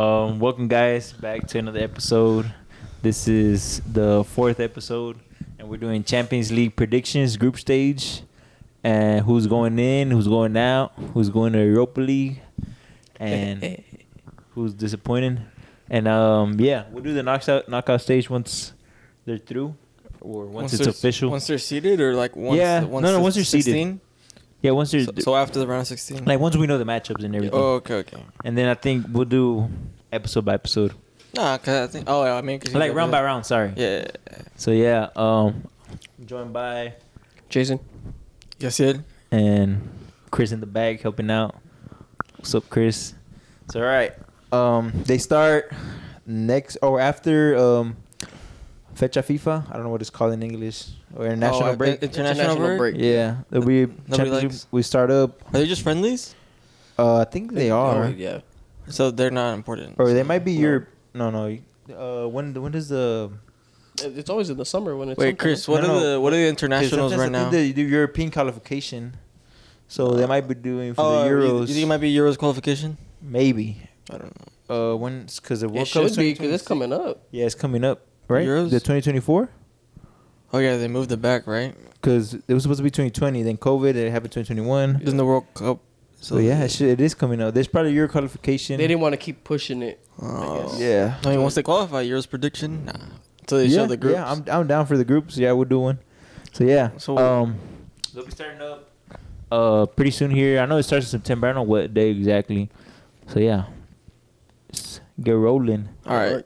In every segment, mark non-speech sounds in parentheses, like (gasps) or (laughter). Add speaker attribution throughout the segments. Speaker 1: Um, welcome, guys, back to another episode. This is the fourth episode, and we're doing Champions League predictions, group stage, and who's going in, who's going out, who's going to Europa League,
Speaker 2: (laughs)
Speaker 1: and who's disappointing. And um, yeah, we'll do the knockout knockout stage once they're through, or once, it's
Speaker 2: they're-
Speaker 1: official.
Speaker 2: Once they're seated, or like once
Speaker 1: Yeah.
Speaker 2: once
Speaker 1: No, no,
Speaker 2: the
Speaker 1: once they're seated.
Speaker 2: 16?
Speaker 1: yeah, once they're
Speaker 2: So, so after the round of sixteen.
Speaker 1: like once we know the matchups and everything,
Speaker 2: oh, okay, okay.
Speaker 1: and then I think we'll do episode by episode,
Speaker 2: Nah, cause I think. Oh, I mean, 'cause you
Speaker 1: like
Speaker 2: got
Speaker 1: round by
Speaker 2: the-
Speaker 1: round. Sorry.
Speaker 2: Yeah.
Speaker 1: So yeah, um, I'm joined by
Speaker 3: Jason.
Speaker 2: Yes, it.
Speaker 1: and Chris in the bag helping out. What's up, Chris? So all right, um, they start next or after um, Fecha FIFA. I don't know what it's called in English or international
Speaker 2: Oh, uh,
Speaker 1: break.
Speaker 2: in- International,
Speaker 3: International
Speaker 2: break.
Speaker 3: break.
Speaker 1: yeah, there'll be
Speaker 2: Nobody
Speaker 1: Champions
Speaker 2: likes-
Speaker 1: League- We start up.
Speaker 2: Are they just friendlies?
Speaker 1: Uh, I think they
Speaker 3: Oh,
Speaker 1: are,
Speaker 3: yeah.
Speaker 2: So they're not important.
Speaker 1: or they
Speaker 2: So-
Speaker 1: might be
Speaker 3: No.
Speaker 1: Europe. No, no. Uh, when when does the
Speaker 3: It- It's always in the summer when it's.
Speaker 2: Wait, Chris.
Speaker 3: something.
Speaker 2: What
Speaker 1: No,
Speaker 2: are
Speaker 1: no.
Speaker 2: the what are the
Speaker 1: Because
Speaker 2: internationals right
Speaker 1: sometimes I
Speaker 2: now?
Speaker 1: think They do European qualification, so they might be doing for
Speaker 2: Oh,
Speaker 1: the
Speaker 2: you-
Speaker 1: Euros.
Speaker 2: You think it might be Euros qualification?
Speaker 1: maybe
Speaker 2: I don't know.
Speaker 1: uh when because the World
Speaker 3: It
Speaker 1: Cup
Speaker 3: should
Speaker 1: is
Speaker 3: be because it's
Speaker 1: 2026.
Speaker 3: coming up.
Speaker 1: Yeah, it's coming up, right?
Speaker 2: Euros?
Speaker 1: The 2024
Speaker 2: Oh yeah, they moved it back, right?
Speaker 1: because it was supposed to be 2020, then COVID, it happened 2021.
Speaker 2: Then the World Cup.
Speaker 1: So yeah, it, should, it is coming up. There's probably Euro qualification.
Speaker 3: They didn't want to keep pushing it.
Speaker 2: Oh.
Speaker 3: guess.
Speaker 1: yeah.
Speaker 2: I mean, once they qualify, Euros prediction. Nah. So they
Speaker 1: yeah,
Speaker 2: show the groups.
Speaker 1: Yeah, I'm I'm down for the groups. Yeah, we'll do one. So yeah.
Speaker 2: So-
Speaker 1: um, they'll be starting up uh pretty soon here. I know it starts in September. I don't know what day exactly. So yeah, Let's get rolling.
Speaker 2: All right.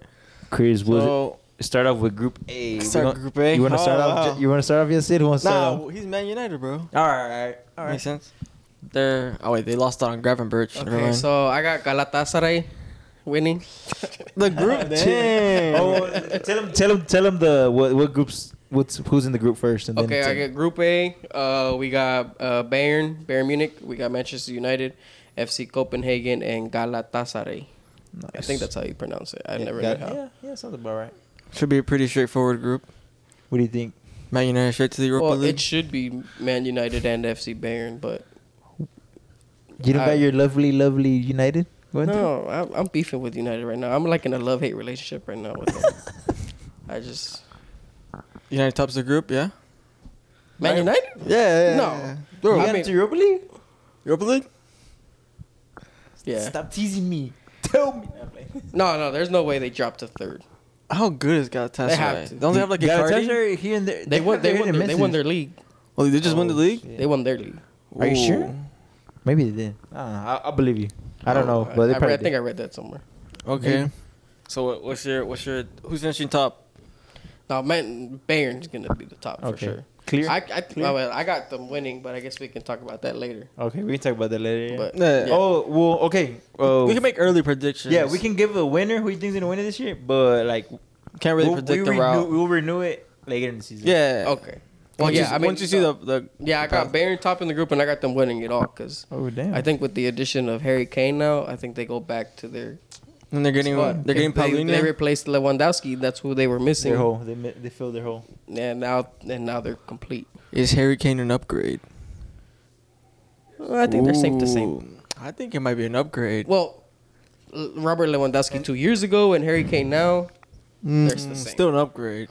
Speaker 1: Chris, we'll
Speaker 2: So
Speaker 1: start off with Group A. We gon-
Speaker 2: start Group A.
Speaker 1: You want to
Speaker 2: Oh,
Speaker 1: start off?
Speaker 2: wow.
Speaker 1: You want to start off? Yes, Sid. Who wants to
Speaker 2: Nah,
Speaker 1: start off?
Speaker 2: w- he's Man United, bro.
Speaker 1: All right, all
Speaker 2: Makes sense. They're oh wait, they lost out on Gravenberch. Never
Speaker 3: Okay,
Speaker 2: mind.
Speaker 3: so I got Galatasaray
Speaker 1: (laughs)
Speaker 3: winning.
Speaker 2: the
Speaker 3: (laughs)
Speaker 2: group
Speaker 1: Damn.
Speaker 2: Damn.
Speaker 1: oh, tell him, tell him, tell him the what, what groups, what's who's in the group first, and then
Speaker 3: Okay,
Speaker 1: tell-
Speaker 3: I got Group A. Uh, we got uh, Bayern, Bayern Munich. We got Manchester United, FC Copenhagen, and Galatasaray. I
Speaker 1: Nice.
Speaker 3: think that's how you pronounce it. I
Speaker 1: Yeah,
Speaker 3: never know
Speaker 1: got-
Speaker 3: how.
Speaker 1: Yeah, yeah, sounds about right.
Speaker 2: Should be a pretty straightforward group.
Speaker 1: What do you think?
Speaker 2: Man United straight to the Europa
Speaker 3: Well,
Speaker 2: League.
Speaker 3: it should be Man United and FC Bayern, but
Speaker 1: You don't
Speaker 3: I-
Speaker 1: got your lovely, lovely United. Going through?
Speaker 3: no, I'm, I'm beefing with United right now. I'm like in a love hate relationship right now with them. I just
Speaker 2: United tops the group, yeah.
Speaker 3: Man United.
Speaker 2: Yeah. yeah,
Speaker 3: No.
Speaker 2: yeah.
Speaker 1: Bro,
Speaker 3: I
Speaker 1: you got
Speaker 3: mean-
Speaker 1: to Europa League?
Speaker 2: Europa League.
Speaker 3: Yeah.
Speaker 1: Stop teasing me. (laughs) Tell me.
Speaker 3: No, no. There's no way they dropped to third.
Speaker 2: How good is Galatasaray?
Speaker 3: They have to.
Speaker 2: Don't they have like a card?
Speaker 1: Galatasaray here and there.
Speaker 3: They won. They
Speaker 1: have
Speaker 3: won.
Speaker 1: their
Speaker 3: Their, they won
Speaker 1: misses.
Speaker 3: their league.
Speaker 2: Well, they just won the
Speaker 1: Oh,
Speaker 2: league.
Speaker 1: shit.
Speaker 3: They won their league.
Speaker 1: Are you sure?
Speaker 2: Ooh.
Speaker 1: Maybe they did. I don't know. I, I believe you. I don't know,
Speaker 3: Oh, I,
Speaker 1: but they
Speaker 3: I
Speaker 1: probably
Speaker 3: read- I think
Speaker 1: did.
Speaker 3: I read that somewhere.
Speaker 2: Okay.
Speaker 1: Maybe.
Speaker 2: So what, what's your what's your who's finishing top?
Speaker 3: No, man, Bayern's gonna be the top for
Speaker 1: Okay.
Speaker 3: sure.
Speaker 1: Clear?
Speaker 3: I, I, I, well, I got them winning, but I guess we can talk about that later.
Speaker 1: Okay, we can talk about that later. yeah.
Speaker 3: But
Speaker 2: Yeah.
Speaker 3: yeah.
Speaker 1: Oh well, okay. Uh,
Speaker 2: We can make early predictions.
Speaker 1: yeah, we can give a winner who you think's gonna win it this year, but like
Speaker 2: Can't really
Speaker 1: we'll,
Speaker 2: predict
Speaker 1: we
Speaker 2: the
Speaker 1: renew,
Speaker 2: route.
Speaker 1: We'll renew it later in the season.
Speaker 2: yeah.
Speaker 3: okay. Well,
Speaker 2: Once
Speaker 3: Oh, yeah.
Speaker 2: You,
Speaker 3: I mean,
Speaker 2: once you see the the
Speaker 3: yeah, I got Bayern top in the group, and I got them winning it all because
Speaker 1: Oh damn.
Speaker 3: I think with the addition of Harry Kane now, I think they go back to their
Speaker 2: and they're getting
Speaker 3: squad.
Speaker 2: they're getting
Speaker 3: they, they
Speaker 2: Paulinho.
Speaker 3: replaced Lewandowski. That's who they were
Speaker 1: their
Speaker 3: missing,
Speaker 1: hole. They mi- they filled their hole.
Speaker 3: and now and now they're complete.
Speaker 2: Is Harry Kane an upgrade?
Speaker 3: Well, I think they're safe to say
Speaker 2: Ooh. I think it might be an upgrade.
Speaker 3: Well, L- Robert Lewandowski two years ago and Harry Kane now. they're the
Speaker 2: Mm,
Speaker 3: same.
Speaker 2: Still an upgrade.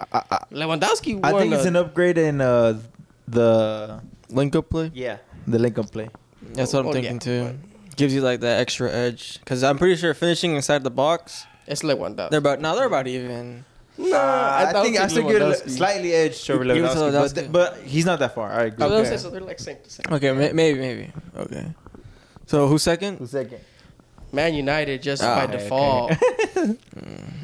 Speaker 3: Lewandowski won.
Speaker 1: I think it's
Speaker 3: a-
Speaker 1: an upgrade in uh, the
Speaker 2: Link up play.
Speaker 1: yeah the Lincoln play.
Speaker 2: That's what I'm
Speaker 3: Oh, yeah,
Speaker 2: thinking too. Gives you like that extra edge because I'm pretty sure finishing inside the box.
Speaker 3: It's Lewandowski.
Speaker 2: They're about now they're about even.
Speaker 3: Nah,
Speaker 1: I,
Speaker 3: don't
Speaker 1: think I still give it a
Speaker 3: Lewandowski-
Speaker 1: slightly edge to
Speaker 2: Give it to
Speaker 1: Lewandowski, but,
Speaker 2: Lewandowski.
Speaker 1: th- but he's not that far. I agree.
Speaker 3: So they're-
Speaker 2: Okay.
Speaker 3: So they're like same to same.
Speaker 2: Okay, may, maybe maybe. Okay. So who's second?
Speaker 1: Who's second?
Speaker 3: Man United just
Speaker 2: Ah,
Speaker 3: by
Speaker 2: okay.
Speaker 3: default.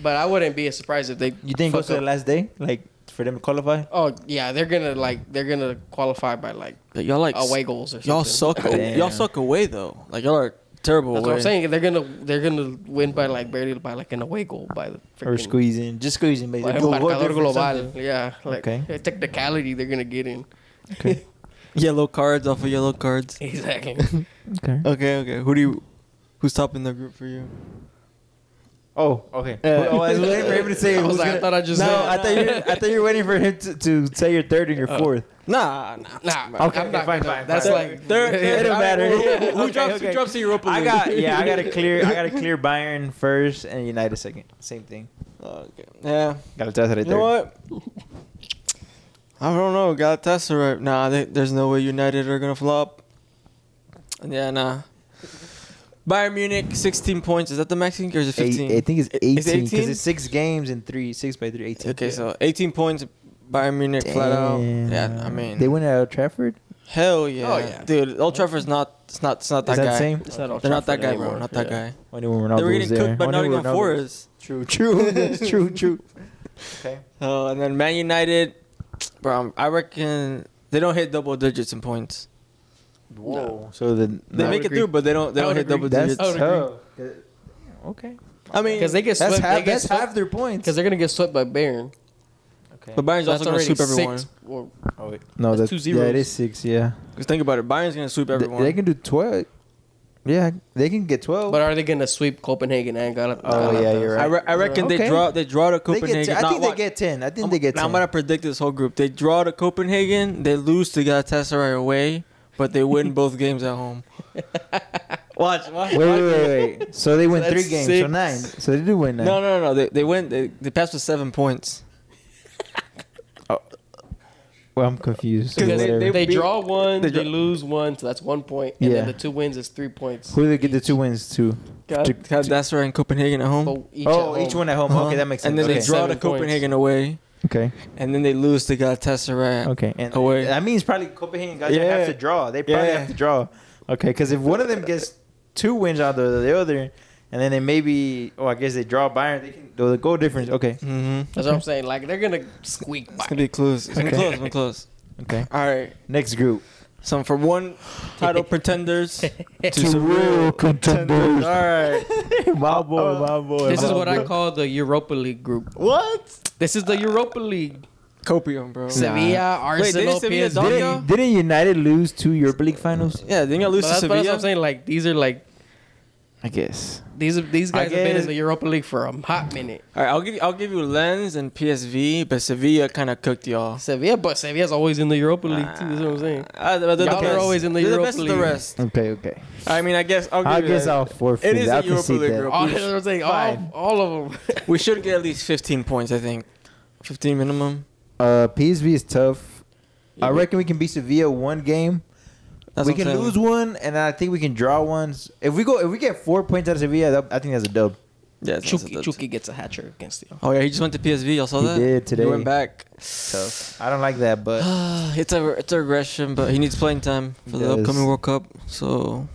Speaker 3: but I wouldn't be surprised if they.
Speaker 1: You think it
Speaker 3: fuck
Speaker 1: goes to the
Speaker 3: up.
Speaker 1: last day, like for them to qualify?
Speaker 3: Oh yeah, they're gonna like they're gonna qualify by like
Speaker 2: Like, y'all like
Speaker 3: away goals or something.
Speaker 2: y'all suck.
Speaker 1: Damn.
Speaker 2: Y'all suck away though. Like y'all are terrible
Speaker 3: That's
Speaker 2: away.
Speaker 3: what I'm saying. They're gonna they're gonna win by like barely by like an away goal by the
Speaker 1: Or
Speaker 3: freaking-
Speaker 1: squeezing, just squeezing,
Speaker 3: by
Speaker 1: basically.
Speaker 3: a
Speaker 1: Go- go-
Speaker 3: marcador
Speaker 1: go- go-
Speaker 3: global. Yeah, like
Speaker 1: Okay.
Speaker 3: the technicality they're gonna get in.
Speaker 1: (laughs) Okay.
Speaker 2: Yellow cards off of yellow cards.
Speaker 3: Exactly.
Speaker 1: Okay.
Speaker 2: Okay, okay. Who do you? Who's top in the group for you?
Speaker 1: Oh, okay. oh, (laughs) I was waiting for him to say.
Speaker 3: I was
Speaker 1: who's
Speaker 3: like, I
Speaker 1: gonna-
Speaker 3: thought I just
Speaker 1: No,
Speaker 3: said-
Speaker 1: I thought you. I thought you were waiting for him to, to say your third and your
Speaker 3: Oh.
Speaker 1: fourth.
Speaker 2: Nah, nah,
Speaker 3: Nah,
Speaker 1: Okay,
Speaker 3: I'm not
Speaker 1: fine,
Speaker 3: gonna-
Speaker 1: fine,
Speaker 3: That's
Speaker 1: fine.
Speaker 3: like (laughs)
Speaker 2: They're-
Speaker 1: it don't matter.
Speaker 2: Who
Speaker 1: Okay,
Speaker 2: drops?
Speaker 1: okay.
Speaker 2: Who drops the Europa League?
Speaker 1: I got yeah, I got to clear. I got to clear Bayern first and United second. Same thing.
Speaker 2: (laughs) Okay. Yeah.
Speaker 1: Galatasaray
Speaker 2: You know what? I don't know. Galatasaray. Nah, they, there's no way United are gonna flop. Yeah, nah. Bayern Munich, 16 points. Is that the maximum or is it 15?
Speaker 1: I think it's
Speaker 2: I-
Speaker 1: eighteen
Speaker 2: is it
Speaker 1: because
Speaker 2: 18?
Speaker 1: it's six games and three six by three eighteen.
Speaker 2: Okay, so 18 points. Bayern Munich flat out. Yeah, I mean,
Speaker 1: they went out Trafford.
Speaker 2: hell yeah,
Speaker 3: Oh, yeah.
Speaker 2: dude. Old Trafford's not. It's not. It's not
Speaker 1: Is
Speaker 2: that,
Speaker 1: that
Speaker 2: guy.
Speaker 1: same?
Speaker 3: It's not Old
Speaker 2: They're not that
Speaker 3: Trafford
Speaker 2: guy, bro.
Speaker 3: anymore,
Speaker 2: Not that
Speaker 3: yeah.
Speaker 2: guy.
Speaker 1: Only when Ronaldo
Speaker 2: they were
Speaker 1: was
Speaker 2: getting
Speaker 1: there.
Speaker 2: (laughs)
Speaker 1: Oh,
Speaker 2: cooked by
Speaker 1: Only when
Speaker 2: Nottingham
Speaker 1: Ronaldo was-
Speaker 2: Forest.
Speaker 1: (laughs) True, true, that's true, true. Okay.
Speaker 2: Oh, and then Man United, bro. I reckon they don't hit double digits in points.
Speaker 1: Whoa. So then
Speaker 2: They
Speaker 1: no.
Speaker 2: make it through, but they don't. They
Speaker 3: I
Speaker 2: don't
Speaker 3: would
Speaker 2: hit double
Speaker 3: agree.
Speaker 1: That's
Speaker 2: digits.
Speaker 3: I would
Speaker 1: tough.
Speaker 2: Oh,
Speaker 1: Yeah, Okay.
Speaker 2: I mean,
Speaker 3: because they get
Speaker 1: That's
Speaker 3: swept.
Speaker 1: half.
Speaker 3: they get
Speaker 1: That's
Speaker 3: swept
Speaker 1: half their points.
Speaker 3: because they're gonna get swept by Bayern.
Speaker 1: Okay.
Speaker 2: but Bayern's also gonna sweep everyone.
Speaker 3: six. Well,
Speaker 1: Oh, wait. No,
Speaker 3: That's
Speaker 1: that's,
Speaker 3: two
Speaker 1: Yeah,
Speaker 3: zeros.
Speaker 1: it is six. Yeah.
Speaker 2: Because think about it, Bayern's gonna sweep
Speaker 1: Th-
Speaker 2: everyone.
Speaker 1: They can do twelve. Yeah, they can get twelve.
Speaker 3: but are they gonna sweep Copenhagen and Galatasaray?
Speaker 1: Oh, yeah, you're
Speaker 2: I, re- I reckon they
Speaker 1: Okay.
Speaker 2: draw. They draw to
Speaker 1: they get.
Speaker 2: Copenhagen.
Speaker 1: T- I
Speaker 2: Not
Speaker 1: think they
Speaker 2: what-
Speaker 1: get ten. I think
Speaker 2: I'm,
Speaker 1: they get
Speaker 2: now
Speaker 1: 10
Speaker 2: I'm gonna predict this whole group. They draw to Copenhagen. They lose to Galatasaray away, but they
Speaker 1: (laughs)
Speaker 2: win both games at home. watch, watch.
Speaker 1: Wait, wait, wait, wait. So they win
Speaker 3: That's
Speaker 1: three games, so
Speaker 3: six.
Speaker 1: nine. So they do win nine.
Speaker 2: No, no, no, no. They they win. They, they passed with seven points.
Speaker 1: Well, I'm confused.
Speaker 3: Because they,
Speaker 1: Whatever.
Speaker 3: they,
Speaker 2: beat-
Speaker 3: draw one,
Speaker 2: they
Speaker 3: they,
Speaker 2: draw-
Speaker 3: lose one, so that's one point, and
Speaker 1: Yeah.
Speaker 3: then the two wins is three points.
Speaker 1: Who do they get the two wins to?
Speaker 2: Gal-
Speaker 1: To-
Speaker 2: Galatasaray and Copenhagen at home.
Speaker 3: Oh, each, at
Speaker 1: oh,
Speaker 3: home.
Speaker 1: each one at home.
Speaker 2: Uh-huh.
Speaker 1: Okay, that makes sense.
Speaker 2: And then
Speaker 1: okay.
Speaker 2: they draw
Speaker 3: Seven
Speaker 2: to Copenhagen away,
Speaker 1: okay.
Speaker 2: and then they lose to Galatasaray.
Speaker 1: Okay. And
Speaker 2: Away.
Speaker 1: that means probably Copenhagen guys
Speaker 2: Yeah.
Speaker 1: have to draw. They probably
Speaker 2: Yeah.
Speaker 1: have to draw. Okay, because if one of them gets two wins out of the other, and then they maybe, oh, I guess they draw Bayern. They can the goal difference. Okay.
Speaker 2: hmm
Speaker 1: Mm-hmm.
Speaker 3: That's what I'm saying. Like they're gonna squeak
Speaker 2: It's
Speaker 3: by. (laughs)
Speaker 2: gonna be close. It's gonna be
Speaker 1: Okay.
Speaker 2: close. It's gonna be close.
Speaker 1: Okay.
Speaker 2: All right.
Speaker 1: Next group.
Speaker 2: Some for one title
Speaker 1: (laughs)
Speaker 2: pretenders
Speaker 3: (laughs)
Speaker 2: to some
Speaker 1: real contenders.
Speaker 2: All (laughs) right.
Speaker 1: my boy, my boy.
Speaker 3: This is
Speaker 1: my
Speaker 3: what
Speaker 1: boy.
Speaker 3: I call the Europa League group.
Speaker 2: What?
Speaker 3: This is the Europa League.
Speaker 2: Copium, bro.
Speaker 3: Sevilla,
Speaker 2: Wait, didn't
Speaker 3: Arsenal,
Speaker 2: Sevilla
Speaker 3: PSG.
Speaker 2: dunk it?
Speaker 1: Didn't, didn't United lose two Europa League finals?
Speaker 2: Yeah, didn't you
Speaker 3: But
Speaker 2: lose to
Speaker 3: that's, but that's what
Speaker 2: Sevilla?
Speaker 3: I'm saying. Like these are like
Speaker 1: I guess.
Speaker 3: these are, these
Speaker 1: I
Speaker 3: guys have been
Speaker 1: guess-
Speaker 3: in the Europa League for a hot minute.
Speaker 2: All right, I'll give you, I'll give you Lens and PSV, but Sevilla kind of cooked y'all.
Speaker 3: Sevilla, but Sevilla's always in the Europa League too. That's what I'm saying.
Speaker 2: Uh, but they're
Speaker 3: Y'all
Speaker 2: the
Speaker 3: are
Speaker 2: best.
Speaker 3: always in the
Speaker 2: They're
Speaker 3: Europa
Speaker 2: best of
Speaker 3: League.
Speaker 2: the rest.
Speaker 1: Okay, okay.
Speaker 2: I mean, I guess I'll give
Speaker 1: I
Speaker 2: you
Speaker 1: guess
Speaker 2: that.
Speaker 1: I'll forfeit.
Speaker 2: It is
Speaker 1: I'll
Speaker 2: a Europa
Speaker 1: concede
Speaker 2: League
Speaker 1: that.
Speaker 2: group.
Speaker 3: All, (laughs) that's what I'm saying. All,
Speaker 1: Fine.
Speaker 3: all of them.
Speaker 2: We should get at least 15 points, I think. 15 minimum.
Speaker 1: Uh, PSV is tough. I reckon we can beat Sevilla one game.
Speaker 2: That's
Speaker 1: we
Speaker 2: what I'm
Speaker 1: can
Speaker 2: saying.
Speaker 1: lose one, and I think we can draw ones. If we go, if we get four points out of Sevilla, that, I think that's a dub.
Speaker 2: Yeah, that's-
Speaker 3: (laughs) Chucky,
Speaker 2: that's-
Speaker 3: Chucky gets a hat trick against you.
Speaker 2: Oh yeah, he just went to PSV. Y'all saw
Speaker 1: He
Speaker 2: that?
Speaker 1: did today.
Speaker 2: He went back.
Speaker 1: Tough. I don't like that,
Speaker 2: (gasps)
Speaker 1: but
Speaker 2: (sighs) it's a it's a regression, but he needs playing time for the
Speaker 1: Yes.
Speaker 2: upcoming World Cup. So,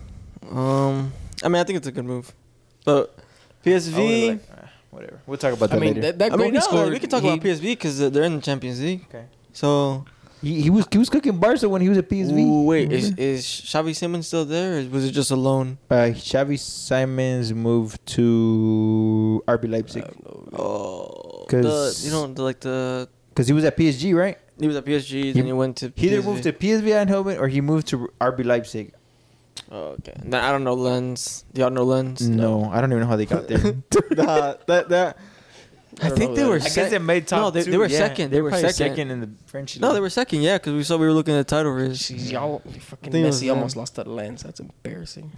Speaker 2: um, I mean, I think it's a good move. But
Speaker 1: I
Speaker 2: PSV,
Speaker 1: would've liked- uh, whatever. We'll talk about
Speaker 3: I
Speaker 1: that
Speaker 3: mean,
Speaker 1: later.
Speaker 3: that, that
Speaker 2: I
Speaker 3: goal
Speaker 2: mean,
Speaker 3: he
Speaker 2: no,
Speaker 3: scored.
Speaker 2: we can talk
Speaker 3: he-
Speaker 2: about PSV because they're in the Champions League.
Speaker 1: okay.
Speaker 2: So
Speaker 1: He, he was he was cooking Barca when he was at PSV.
Speaker 2: Ooh, wait, is is Xavi Simons still there, or was it just a loan?
Speaker 1: uh, Xavi Simons moved to RB Leipzig
Speaker 2: Uh, Oh,
Speaker 1: 'Cause-
Speaker 2: the, you know, the, like the
Speaker 1: because he was at PSG, right?
Speaker 2: he was at PSG,
Speaker 1: He-
Speaker 2: then he went to.
Speaker 1: He either
Speaker 2: PSV.
Speaker 1: moved to PSV Eindhoven or he moved to RB Leipzig.
Speaker 2: Oh, okay. Nah, I don't know Lens. Do y'all know Lens?
Speaker 1: No, I don't even know how they got there.
Speaker 2: (laughs) nah, that that. I,
Speaker 3: don't
Speaker 2: think
Speaker 3: know
Speaker 2: they
Speaker 3: that.
Speaker 2: were.
Speaker 3: I
Speaker 1: I
Speaker 2: sec-
Speaker 1: guess they made top
Speaker 2: No, they,
Speaker 1: two.
Speaker 2: they were
Speaker 1: yeah.
Speaker 2: second. They, were
Speaker 1: probably
Speaker 2: second.
Speaker 1: in the French league.
Speaker 2: No, they were second. Yeah, because we saw we were looking at the title race.
Speaker 3: Jeez, y'all fucking
Speaker 2: Think it was uh,
Speaker 3: Messi
Speaker 2: them.
Speaker 3: almost lost to the Lens. That's embarrassing.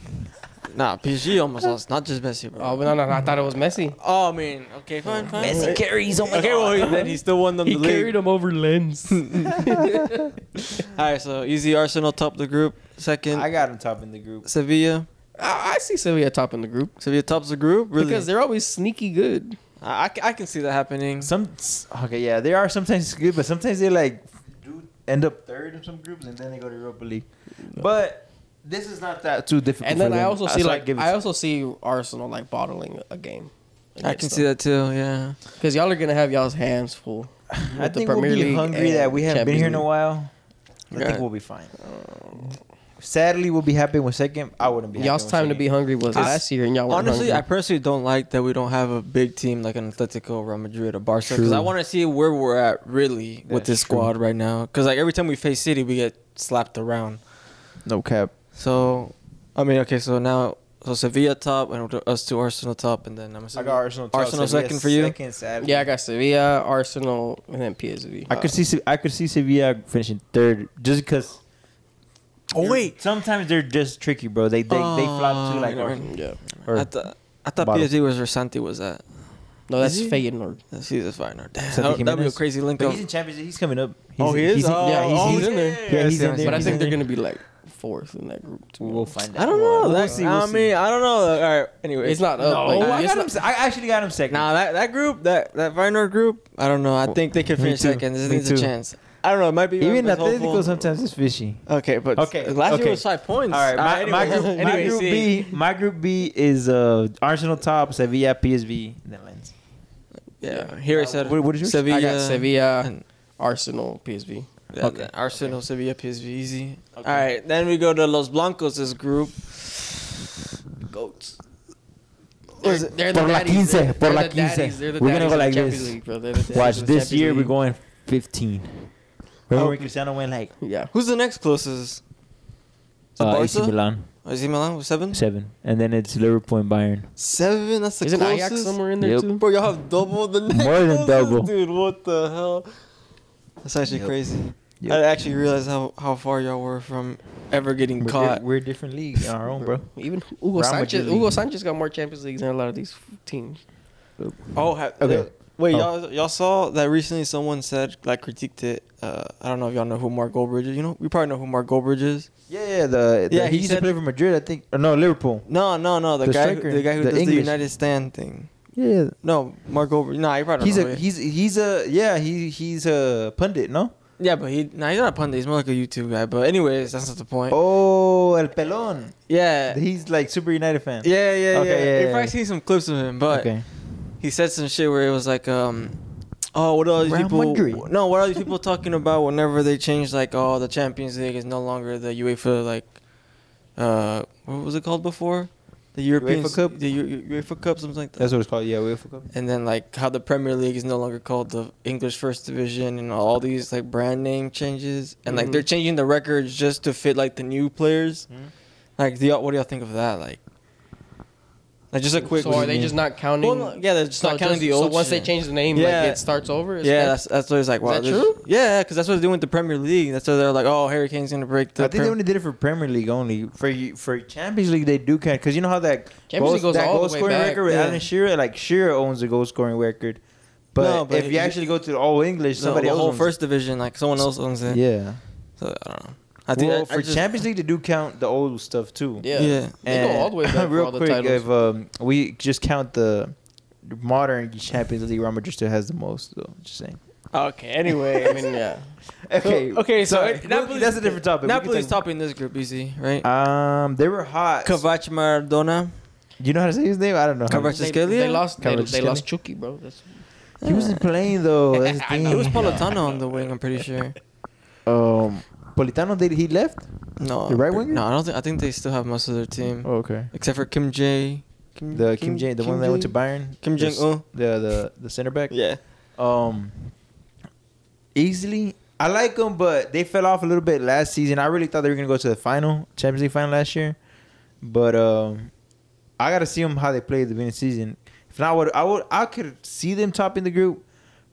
Speaker 2: Nah, PSG almost lost. Not just Messi, bro.
Speaker 3: Oh but no, no, no, I thought it was Messi.
Speaker 2: Oh, I mean, okay, fine, fine.
Speaker 1: Messi carries. Oh my
Speaker 2: Okay, well,
Speaker 1: god.
Speaker 2: he, then he still won them the league.
Speaker 3: him
Speaker 1: (laughs)
Speaker 3: over Lens.
Speaker 2: All right, so easy Arsenal top the group. Second,
Speaker 1: I got him top in the group.
Speaker 2: Sevilla.
Speaker 3: I, I see Sevilla top in the group
Speaker 2: Sevilla tops the group. Really?
Speaker 3: because they're always sneaky good.
Speaker 2: I, I c- I can see that happening.
Speaker 1: Some okay, yeah, they are sometimes good, but sometimes they like do end up third in some groups, and then they go to Europa League. But this is not that too difficult.
Speaker 3: And then
Speaker 1: for
Speaker 3: I
Speaker 1: them.
Speaker 3: also
Speaker 1: Uh,
Speaker 3: see
Speaker 1: so
Speaker 3: like
Speaker 1: give it
Speaker 3: I
Speaker 1: to-
Speaker 3: also see Arsenal like bottling a game.
Speaker 2: I can see that too. Yeah.
Speaker 3: because y'all are gonna have y'all's hands full. with
Speaker 1: I
Speaker 3: the
Speaker 1: think we'll
Speaker 3: Premier
Speaker 1: be
Speaker 3: League
Speaker 1: hungry
Speaker 3: and
Speaker 1: that we haven't been
Speaker 3: Champions
Speaker 1: here in a
Speaker 3: League.
Speaker 1: while. I
Speaker 2: Okay.
Speaker 1: think we'll be fine. Sadly, we'll be happy with second. I wouldn't be. happy
Speaker 3: Y'all's
Speaker 1: with
Speaker 3: time to
Speaker 1: second.
Speaker 3: be hungry was
Speaker 2: I-
Speaker 3: last year, and y'all were
Speaker 2: Honestly, I
Speaker 3: hungry.
Speaker 2: personally don't like that we don't have a big team like an Atletico, Real Madrid, or Barca. Because
Speaker 1: True.
Speaker 2: I want to see where we're at really with
Speaker 1: That's
Speaker 2: this
Speaker 1: true.
Speaker 2: squad right now. Because like every time we face City, we get slapped around.
Speaker 1: No cap.
Speaker 2: So, I mean, okay, so now So Sevilla top, and us two Arsenal top, and then I'm
Speaker 4: I
Speaker 2: assuming
Speaker 4: got Arsenal. top,
Speaker 2: Arsenal
Speaker 4: Sevilla
Speaker 2: second for you?
Speaker 4: Second, sadly.
Speaker 3: Yeah, I got Sevilla, Arsenal, and then PSV.
Speaker 1: I could see Se- I could see Sevilla finishing third just because.
Speaker 2: Oh, wait.
Speaker 1: Sometimes they're just tricky, bro. They they, they flop too,
Speaker 2: Oh,
Speaker 1: like
Speaker 2: right,
Speaker 1: Arsenal.
Speaker 2: right.
Speaker 3: Mm, Yeah.
Speaker 1: or
Speaker 2: I, th- I thought
Speaker 1: Bottom.
Speaker 2: PSG was where Santi was at.
Speaker 3: No, that's
Speaker 2: Is he?
Speaker 3: Feyenoord.
Speaker 2: Let's see this Feyenoord. Damn,
Speaker 1: Santi
Speaker 2: that, would- that'd be a
Speaker 1: Jimenez?
Speaker 2: crazy link
Speaker 1: But
Speaker 2: up.
Speaker 1: he's in Champions. League. He's coming up. He's
Speaker 2: Oh, he is?
Speaker 1: He's in,
Speaker 2: Oh,
Speaker 1: yeah, he's,
Speaker 2: oh,
Speaker 1: he's
Speaker 2: in there.
Speaker 1: Yeah, he's in there.
Speaker 3: But I
Speaker 1: He's
Speaker 3: think
Speaker 1: in
Speaker 3: they're
Speaker 1: there.
Speaker 3: gonna be like fourth in that group. Too.
Speaker 1: We'll find out.
Speaker 2: I don't know.
Speaker 3: We'll
Speaker 2: That,
Speaker 3: see,
Speaker 2: I
Speaker 3: we'll see.
Speaker 2: mean, I don't know. All right. Anyway,
Speaker 3: It's not up.
Speaker 1: Oh,
Speaker 3: like,
Speaker 1: I,
Speaker 3: it's
Speaker 1: got him,
Speaker 3: not-
Speaker 1: se- I actually got him second.
Speaker 2: Nah, that, that group, that that Feyenoord group, I don't know. I think they could
Speaker 1: me
Speaker 2: finish
Speaker 1: too.
Speaker 2: second. This
Speaker 1: Me
Speaker 2: needs
Speaker 1: too.
Speaker 2: a chance. I don't know. It might be
Speaker 1: Even
Speaker 2: it's
Speaker 1: Atletico
Speaker 2: hopeful.
Speaker 1: sometimes is fishy.
Speaker 2: Okay, but
Speaker 1: Okay,
Speaker 2: last year
Speaker 1: okay.
Speaker 2: was five points.
Speaker 1: All right, my,
Speaker 2: Uh,
Speaker 1: my
Speaker 2: anyway. (laughs)
Speaker 1: group, my
Speaker 2: Anyway,
Speaker 1: group
Speaker 2: see.
Speaker 1: B, my group B is uh, Arsenal top, Sevilla, PSV, Netherlands.
Speaker 2: Yeah, here it said.
Speaker 1: What- what is yours?
Speaker 2: Sevilla?
Speaker 3: I got Sevilla,
Speaker 2: and-
Speaker 3: Arsenal, PSV.
Speaker 2: Yeah,
Speaker 1: Okay.
Speaker 2: the Arsenal, Sevilla, PSV, easy. All right, then we go to Los Blancos. This group.
Speaker 3: Goats.
Speaker 2: What is
Speaker 3: They're,
Speaker 2: it?
Speaker 3: they're the
Speaker 1: Por la 15,
Speaker 3: daddies. They're,
Speaker 1: por
Speaker 3: they're
Speaker 1: la
Speaker 3: the
Speaker 1: 15.
Speaker 3: daddies. They're the
Speaker 1: We're gonna
Speaker 3: daddies
Speaker 1: go
Speaker 3: of
Speaker 1: like
Speaker 3: Champions
Speaker 1: this.
Speaker 3: League, bro. They're the daddies
Speaker 1: Watch
Speaker 3: of
Speaker 1: this
Speaker 3: Champions
Speaker 1: year, we're
Speaker 3: League.
Speaker 1: going 15. Remember when Cristiano went like
Speaker 3: Yeah.
Speaker 2: Who's the next closest? So
Speaker 1: uh, AC
Speaker 2: Barca? Oh,
Speaker 1: Milan
Speaker 2: Is he Milan with seven?
Speaker 1: seven, and then it's Liverpool and Bayern.
Speaker 2: Seven. That's the
Speaker 3: Isn't
Speaker 2: closest.
Speaker 3: Ajax somewhere in there
Speaker 1: Yep.
Speaker 3: too?
Speaker 2: Bro, y'all have double the next
Speaker 1: More than
Speaker 2: closest,
Speaker 1: double.
Speaker 2: dude. What the hell? That's actually
Speaker 1: Yep.
Speaker 2: crazy.
Speaker 1: Yep.
Speaker 2: I actually realized how, how far y'all were from ever getting
Speaker 1: We're,
Speaker 2: caught.
Speaker 1: we're a different league on our own, bro.
Speaker 3: Even Hugo
Speaker 1: Real
Speaker 3: Sanchez.
Speaker 1: Madrid.
Speaker 3: Hugo Sanchez got more Champions Leagues than a lot of these teams.
Speaker 2: Oh, ha-
Speaker 1: Okay.
Speaker 2: uh, wait,
Speaker 1: Oh.
Speaker 2: y'all y'all saw that recently? Someone said like critiqued it. Uh, I don't know if y'all know who Mark Goldbridge is. You know, you probably know who Mark Goldbridge is.
Speaker 1: Yeah, yeah, the,
Speaker 2: Yeah, he said-
Speaker 1: for Madrid, I think. Or no, Liverpool.
Speaker 2: No, no, no. The,
Speaker 1: The
Speaker 2: guy,
Speaker 1: striker,
Speaker 2: who, the guy who
Speaker 1: the
Speaker 2: does the
Speaker 1: English.
Speaker 2: United Stand thing.
Speaker 1: Yeah,
Speaker 2: No, Mark Goldbridge. Nah, you probably
Speaker 1: he's
Speaker 2: don't
Speaker 1: a
Speaker 2: know.
Speaker 1: he's he's a yeah he he's a pundit, no?
Speaker 2: yeah, but he nah, he's not a pundit. He's more like a YouTube guy. But anyways, that's not the point.
Speaker 1: Oh, El Pelon.
Speaker 2: Yeah.
Speaker 1: He's like super United fan.
Speaker 2: yeah, yeah,
Speaker 1: Okay,
Speaker 2: yeah.
Speaker 1: Uh, yeah,
Speaker 2: You've
Speaker 1: yeah.
Speaker 2: probably seen some clips of him, but he said some shit where it was like, um, oh, what are these
Speaker 1: Real
Speaker 2: people?
Speaker 1: Madrid.
Speaker 2: No, what are these people talking about? Whenever they change, like, oh, the Champions League is no longer the UEFA, like, uh, what was it called before? The European
Speaker 1: UEFA Cup?
Speaker 2: the U- U- UEFA Cup, something like that.
Speaker 1: That's what it's called. Yeah, UEFA Cup.
Speaker 2: And then like how the Premier League is no longer called the English First Division, and all these like brand name changes, and like
Speaker 3: Mhm.
Speaker 2: they're changing the records just to fit like the new players.
Speaker 3: Mm-hmm.
Speaker 1: Mhm.
Speaker 2: Like, do y'all, what do y'all think of that? Like, like just a quick.
Speaker 3: So are they just not counting?
Speaker 2: Well, no, yeah, they're just
Speaker 3: so
Speaker 2: not counting
Speaker 3: just-
Speaker 2: the old.
Speaker 3: So once
Speaker 2: shit.
Speaker 3: they change the name,
Speaker 2: Yeah.
Speaker 3: like it starts over. It's
Speaker 2: Yeah,
Speaker 3: like-
Speaker 2: that's that's what it's like.
Speaker 3: Is
Speaker 2: Wow,
Speaker 3: that
Speaker 2: this-
Speaker 3: true?
Speaker 2: Yeah, because that's what they're doing with the Premier League. That's why they're like, oh, Harry Kane's gonna break the.
Speaker 1: I think they
Speaker 2: Prem-
Speaker 1: only did it for Premier League only. For you- for Champions League, they do count because you know how that
Speaker 3: Champions League goes
Speaker 1: that
Speaker 3: all the
Speaker 1: goal
Speaker 3: way
Speaker 1: scoring
Speaker 3: back,
Speaker 1: record with
Speaker 2: yeah.
Speaker 1: Alan Shearer, like Shearer owns the goal scoring record. But,
Speaker 2: No, but
Speaker 1: if you
Speaker 2: you-
Speaker 1: actually go to the All English,
Speaker 2: no,
Speaker 1: somebody
Speaker 2: the
Speaker 1: else
Speaker 2: whole
Speaker 1: owns
Speaker 2: first division, like someone else owns
Speaker 1: It.
Speaker 2: it.
Speaker 1: Yeah.
Speaker 2: So I don't know. I think
Speaker 1: well,
Speaker 2: I- I
Speaker 1: for
Speaker 2: just-
Speaker 1: Champions League, they do count the old stuff too.
Speaker 3: yeah.
Speaker 2: yeah.
Speaker 3: They go all
Speaker 1: (laughs)
Speaker 3: the way back for
Speaker 1: real
Speaker 3: all the
Speaker 1: quick,
Speaker 3: titles.
Speaker 1: if um, we just count the modern Champions League, Real Madrid still has the most. Though, just saying.
Speaker 2: Okay. Anyway.
Speaker 3: (laughs) I mean, yeah.
Speaker 1: (laughs) Okay.
Speaker 2: okay. So,
Speaker 1: sorry.
Speaker 2: Napoli's-
Speaker 1: that's a different topic. We can
Speaker 2: Napoli's
Speaker 1: talk-
Speaker 2: top in this group, easy, right?
Speaker 1: Um, they were hot.
Speaker 2: Cavach Maradona.
Speaker 1: you know how to say his name? I don't know. how to-
Speaker 2: Kvaratskhelia?
Speaker 3: They, they lost. They, they
Speaker 1: Kvaratskhelia?
Speaker 3: lost Chucky, bro. That's,
Speaker 1: He wasn't playing though. That's the
Speaker 3: I
Speaker 1: thing.
Speaker 3: know.
Speaker 2: It was Politano on the wing. I'm pretty sure.
Speaker 1: Um, Politano did he left?
Speaker 2: No.
Speaker 1: The right
Speaker 2: I'm pre-
Speaker 1: winger? Oh.
Speaker 2: No, I don't think. I think they still have most of their team,
Speaker 1: okay.
Speaker 2: except for Kim J. Kim,
Speaker 1: The Kim, Jong, the one that went to Bayern.
Speaker 2: Kim
Speaker 1: the s-
Speaker 2: Jong-un.
Speaker 1: The the the center back.
Speaker 2: Yeah.
Speaker 1: Um, easily. I like them, but they fell off a little bit last season. I really thought they were gonna go to the final Champions League final last year, but um, I gotta see them how they play at the beginning of the season. If not, I would I would I could see them topping the group,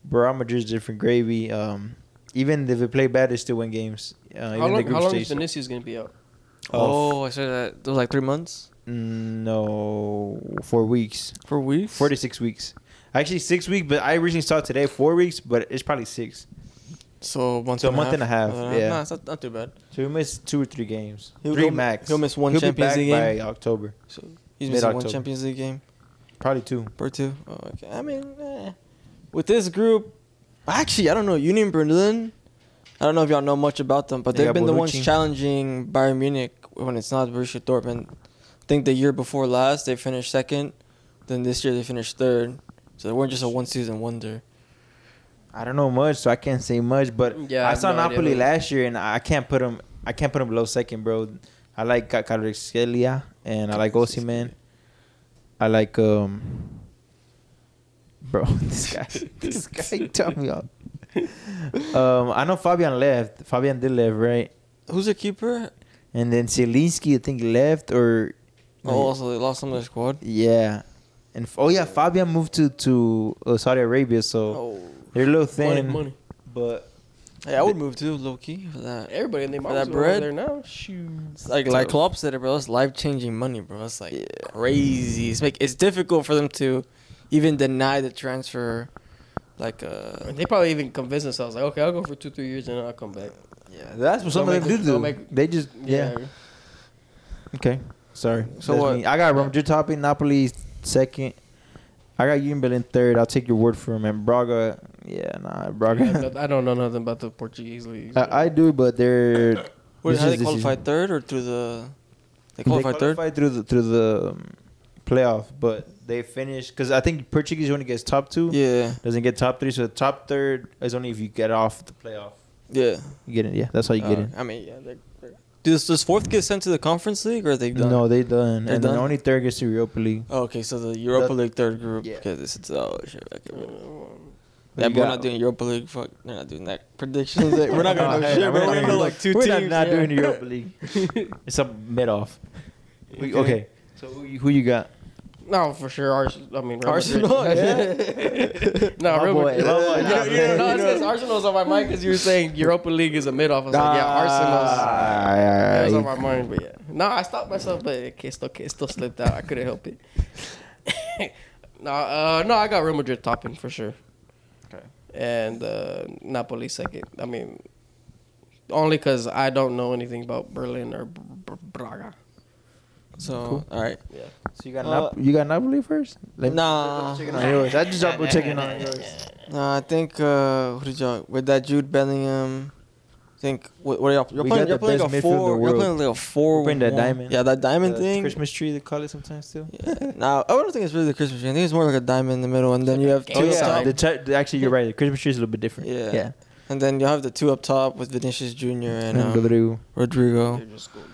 Speaker 1: but Real Madrid's different gravy. Um, even if they play bad, they still win games. Uh,
Speaker 3: how
Speaker 1: even the
Speaker 3: long?
Speaker 1: group
Speaker 3: How long
Speaker 1: stage.
Speaker 3: is Vinicius gonna be out?
Speaker 2: Oh, I said that. It was like three months.
Speaker 1: Mm, No, four weeks,
Speaker 2: For weeks?
Speaker 1: four to six weeks. Actually, six weeks, but I originally saw today four weeks, but it's probably six.
Speaker 2: So a month
Speaker 1: So a
Speaker 2: and
Speaker 1: month and a half, yeah.
Speaker 2: No, it's not, not too bad.
Speaker 1: So he missed two or three games.
Speaker 2: He'll-
Speaker 1: 3
Speaker 2: he'll-
Speaker 1: max.
Speaker 2: he'll miss one
Speaker 1: he'll
Speaker 2: Champions
Speaker 1: be
Speaker 2: League
Speaker 1: back
Speaker 2: game.
Speaker 1: by October.
Speaker 2: So he's missing one
Speaker 1: Mid-October.
Speaker 2: Champions League game
Speaker 1: Probably two.
Speaker 2: or two. Oh, okay. I mean, eh. with this group, actually, I don't know Union Berlin. I don't know if y'all know much about them, but
Speaker 1: They
Speaker 2: they've
Speaker 1: got
Speaker 2: been the ones
Speaker 1: Bonucci.
Speaker 2: challenging Bayern Munich when it's not Borussia Dortmund. I think the year before last they finished second, then this year they finished third. So they weren't just a one-season wonder.
Speaker 1: I don't know much, so I can't say much. But
Speaker 3: Yeah,
Speaker 1: I
Speaker 3: I have
Speaker 1: saw
Speaker 3: no idea
Speaker 1: Napoli
Speaker 3: who-
Speaker 1: last year, and I can't put him. I can't put him below second, bro. I like Carlos and I like Osimhen. I like um, bro. (laughs) This
Speaker 3: (laughs)
Speaker 1: guy, this guy, turned me off. Um, I know Fabian left. Fabian did left, right?
Speaker 2: Who's their keeper?
Speaker 1: And then Zielinski, I think, left or
Speaker 2: Oh, so they lost some of their squad.
Speaker 1: Yeah. And f- oh yeah, Fabian moved to to uh, Saudi Arabia, so
Speaker 3: Oh,
Speaker 1: they're a little
Speaker 3: money,
Speaker 1: thin.
Speaker 3: money.
Speaker 1: But
Speaker 2: Yeah, I would move too, low key for that.
Speaker 3: Everybody in their
Speaker 2: For
Speaker 3: mom's
Speaker 2: that
Speaker 3: over
Speaker 2: bread?
Speaker 3: there now. Shoot.
Speaker 2: It's like like Klopp said it, bro. It's life changing money, bro. It's like crazy. It's like it's difficult for them to even deny the transfer. Like uh,
Speaker 3: They probably even convinced themselves like, okay, I'll go for two, three years and then I'll come back.
Speaker 1: yeah, that's what some
Speaker 3: Don't
Speaker 1: of them
Speaker 3: make-
Speaker 1: do do.
Speaker 3: don't make-
Speaker 1: they just yeah. Okay. Sorry.
Speaker 2: So
Speaker 1: That's
Speaker 2: what-
Speaker 1: me. I got Real Madrid top, Napoli second. I got Union Berlin third. I'll take your word for him. And Braga, yeah, nah,
Speaker 3: Yeah,
Speaker 1: Braga.
Speaker 3: but I don't know nothing about the Portuguese league.
Speaker 1: (laughs) I, I do, but they're.
Speaker 2: what,
Speaker 1: this
Speaker 2: how
Speaker 1: is-
Speaker 2: they
Speaker 1: this is-
Speaker 2: qualified third or through the they qualified third.
Speaker 1: qualified through the through the um, playoff, but they finished because I think Portuguese only gets top two.
Speaker 2: Yeah,
Speaker 1: Doesn't get top three, so the top third is only if you get off the playoff.
Speaker 2: yeah.
Speaker 1: You get in, yeah. That's how you
Speaker 2: Uh,
Speaker 1: get in.
Speaker 2: I mean, yeah. They're, they're, does does fourth get sent to the conference league or are they done?
Speaker 1: No, they done,
Speaker 2: They're
Speaker 1: and then
Speaker 2: done?
Speaker 1: only third gets to Europa League.
Speaker 2: Oh, okay, so the Europa
Speaker 1: The-
Speaker 2: League third group.
Speaker 1: Yeah.
Speaker 2: Okay, this is oh shit. Okay,
Speaker 3: Yeah.
Speaker 2: bro.
Speaker 1: Who
Speaker 2: Yeah,
Speaker 1: you
Speaker 2: but we're
Speaker 1: got?
Speaker 2: not doing Europa League. Fuck, they're not doing
Speaker 1: (laughs)
Speaker 2: that. Predictions. like, we're not
Speaker 1: Oh,
Speaker 2: (laughs) gonna do
Speaker 1: hey, (laughs)
Speaker 2: shit,
Speaker 1: we're
Speaker 2: bro.
Speaker 1: not
Speaker 2: We're
Speaker 1: gonna
Speaker 2: gonna
Speaker 1: do
Speaker 2: do like two
Speaker 1: We're
Speaker 2: teams.
Speaker 1: not, not
Speaker 2: yeah.
Speaker 1: doing the Europa League. it's a mid off. We, okay. So who you, who you got?
Speaker 3: No, for sure. Ars- I mean, Real
Speaker 2: Arsenal,
Speaker 3: Madrid. (laughs) no,
Speaker 1: My
Speaker 3: Real
Speaker 1: boy,
Speaker 3: Madrid.
Speaker 1: my boy,
Speaker 3: You know,
Speaker 1: nah,
Speaker 3: you know,
Speaker 1: man.
Speaker 3: no, it's 'cause Arsenal's on my mind because you were saying Europa League is a mid-off. I was like, yeah, Arsenal's.
Speaker 1: Ah,
Speaker 3: It was on my mind, but yeah. No, I stopped myself, but it still, it still slipped out. I couldn't help it. (laughs) no, uh, no, I got Real Madrid topping for sure.
Speaker 1: Okay.
Speaker 3: And uh, Napoli second. I mean, only because I don't know anything about Berlin or Br- Br- Braga.
Speaker 2: So,
Speaker 1: Cool.
Speaker 2: all right.
Speaker 3: Yeah.
Speaker 1: So you got
Speaker 2: Uh,
Speaker 1: Nap- you got Napoli first? Let me-
Speaker 2: Nah,
Speaker 1: Checking on yours. I just double checking on yours.
Speaker 2: nah. I think uh, who did y'all with that Jude Bellingham? I think what, what are y'all? You're
Speaker 1: We
Speaker 2: playing.
Speaker 1: got
Speaker 2: You're
Speaker 1: the
Speaker 2: playing
Speaker 1: best
Speaker 2: like
Speaker 1: midfield in
Speaker 2: a
Speaker 1: the
Speaker 2: four. You're
Speaker 1: world.
Speaker 2: playing like a four.
Speaker 1: We're playing that
Speaker 2: one.
Speaker 1: diamond. Uh,
Speaker 2: Yeah, that diamond
Speaker 1: The
Speaker 2: thing.
Speaker 1: Christmas tree they call it sometimes too.
Speaker 2: Yeah. Now I don't think it's really the Christmas tree. I think it's more like a diamond in the middle, and then you have
Speaker 3: It's
Speaker 1: Oh
Speaker 2: two
Speaker 3: like
Speaker 2: up
Speaker 3: a game
Speaker 1: yeah,
Speaker 2: top,
Speaker 1: the chi- the- actually you're right. The Christmas tree is a little bit different.
Speaker 2: Yeah.
Speaker 1: yeah.
Speaker 2: and then you have the two up top with Vinicius Jr. and
Speaker 1: And
Speaker 2: um,
Speaker 1: Rodrigo.
Speaker 2: Rodrigo.
Speaker 3: They're just going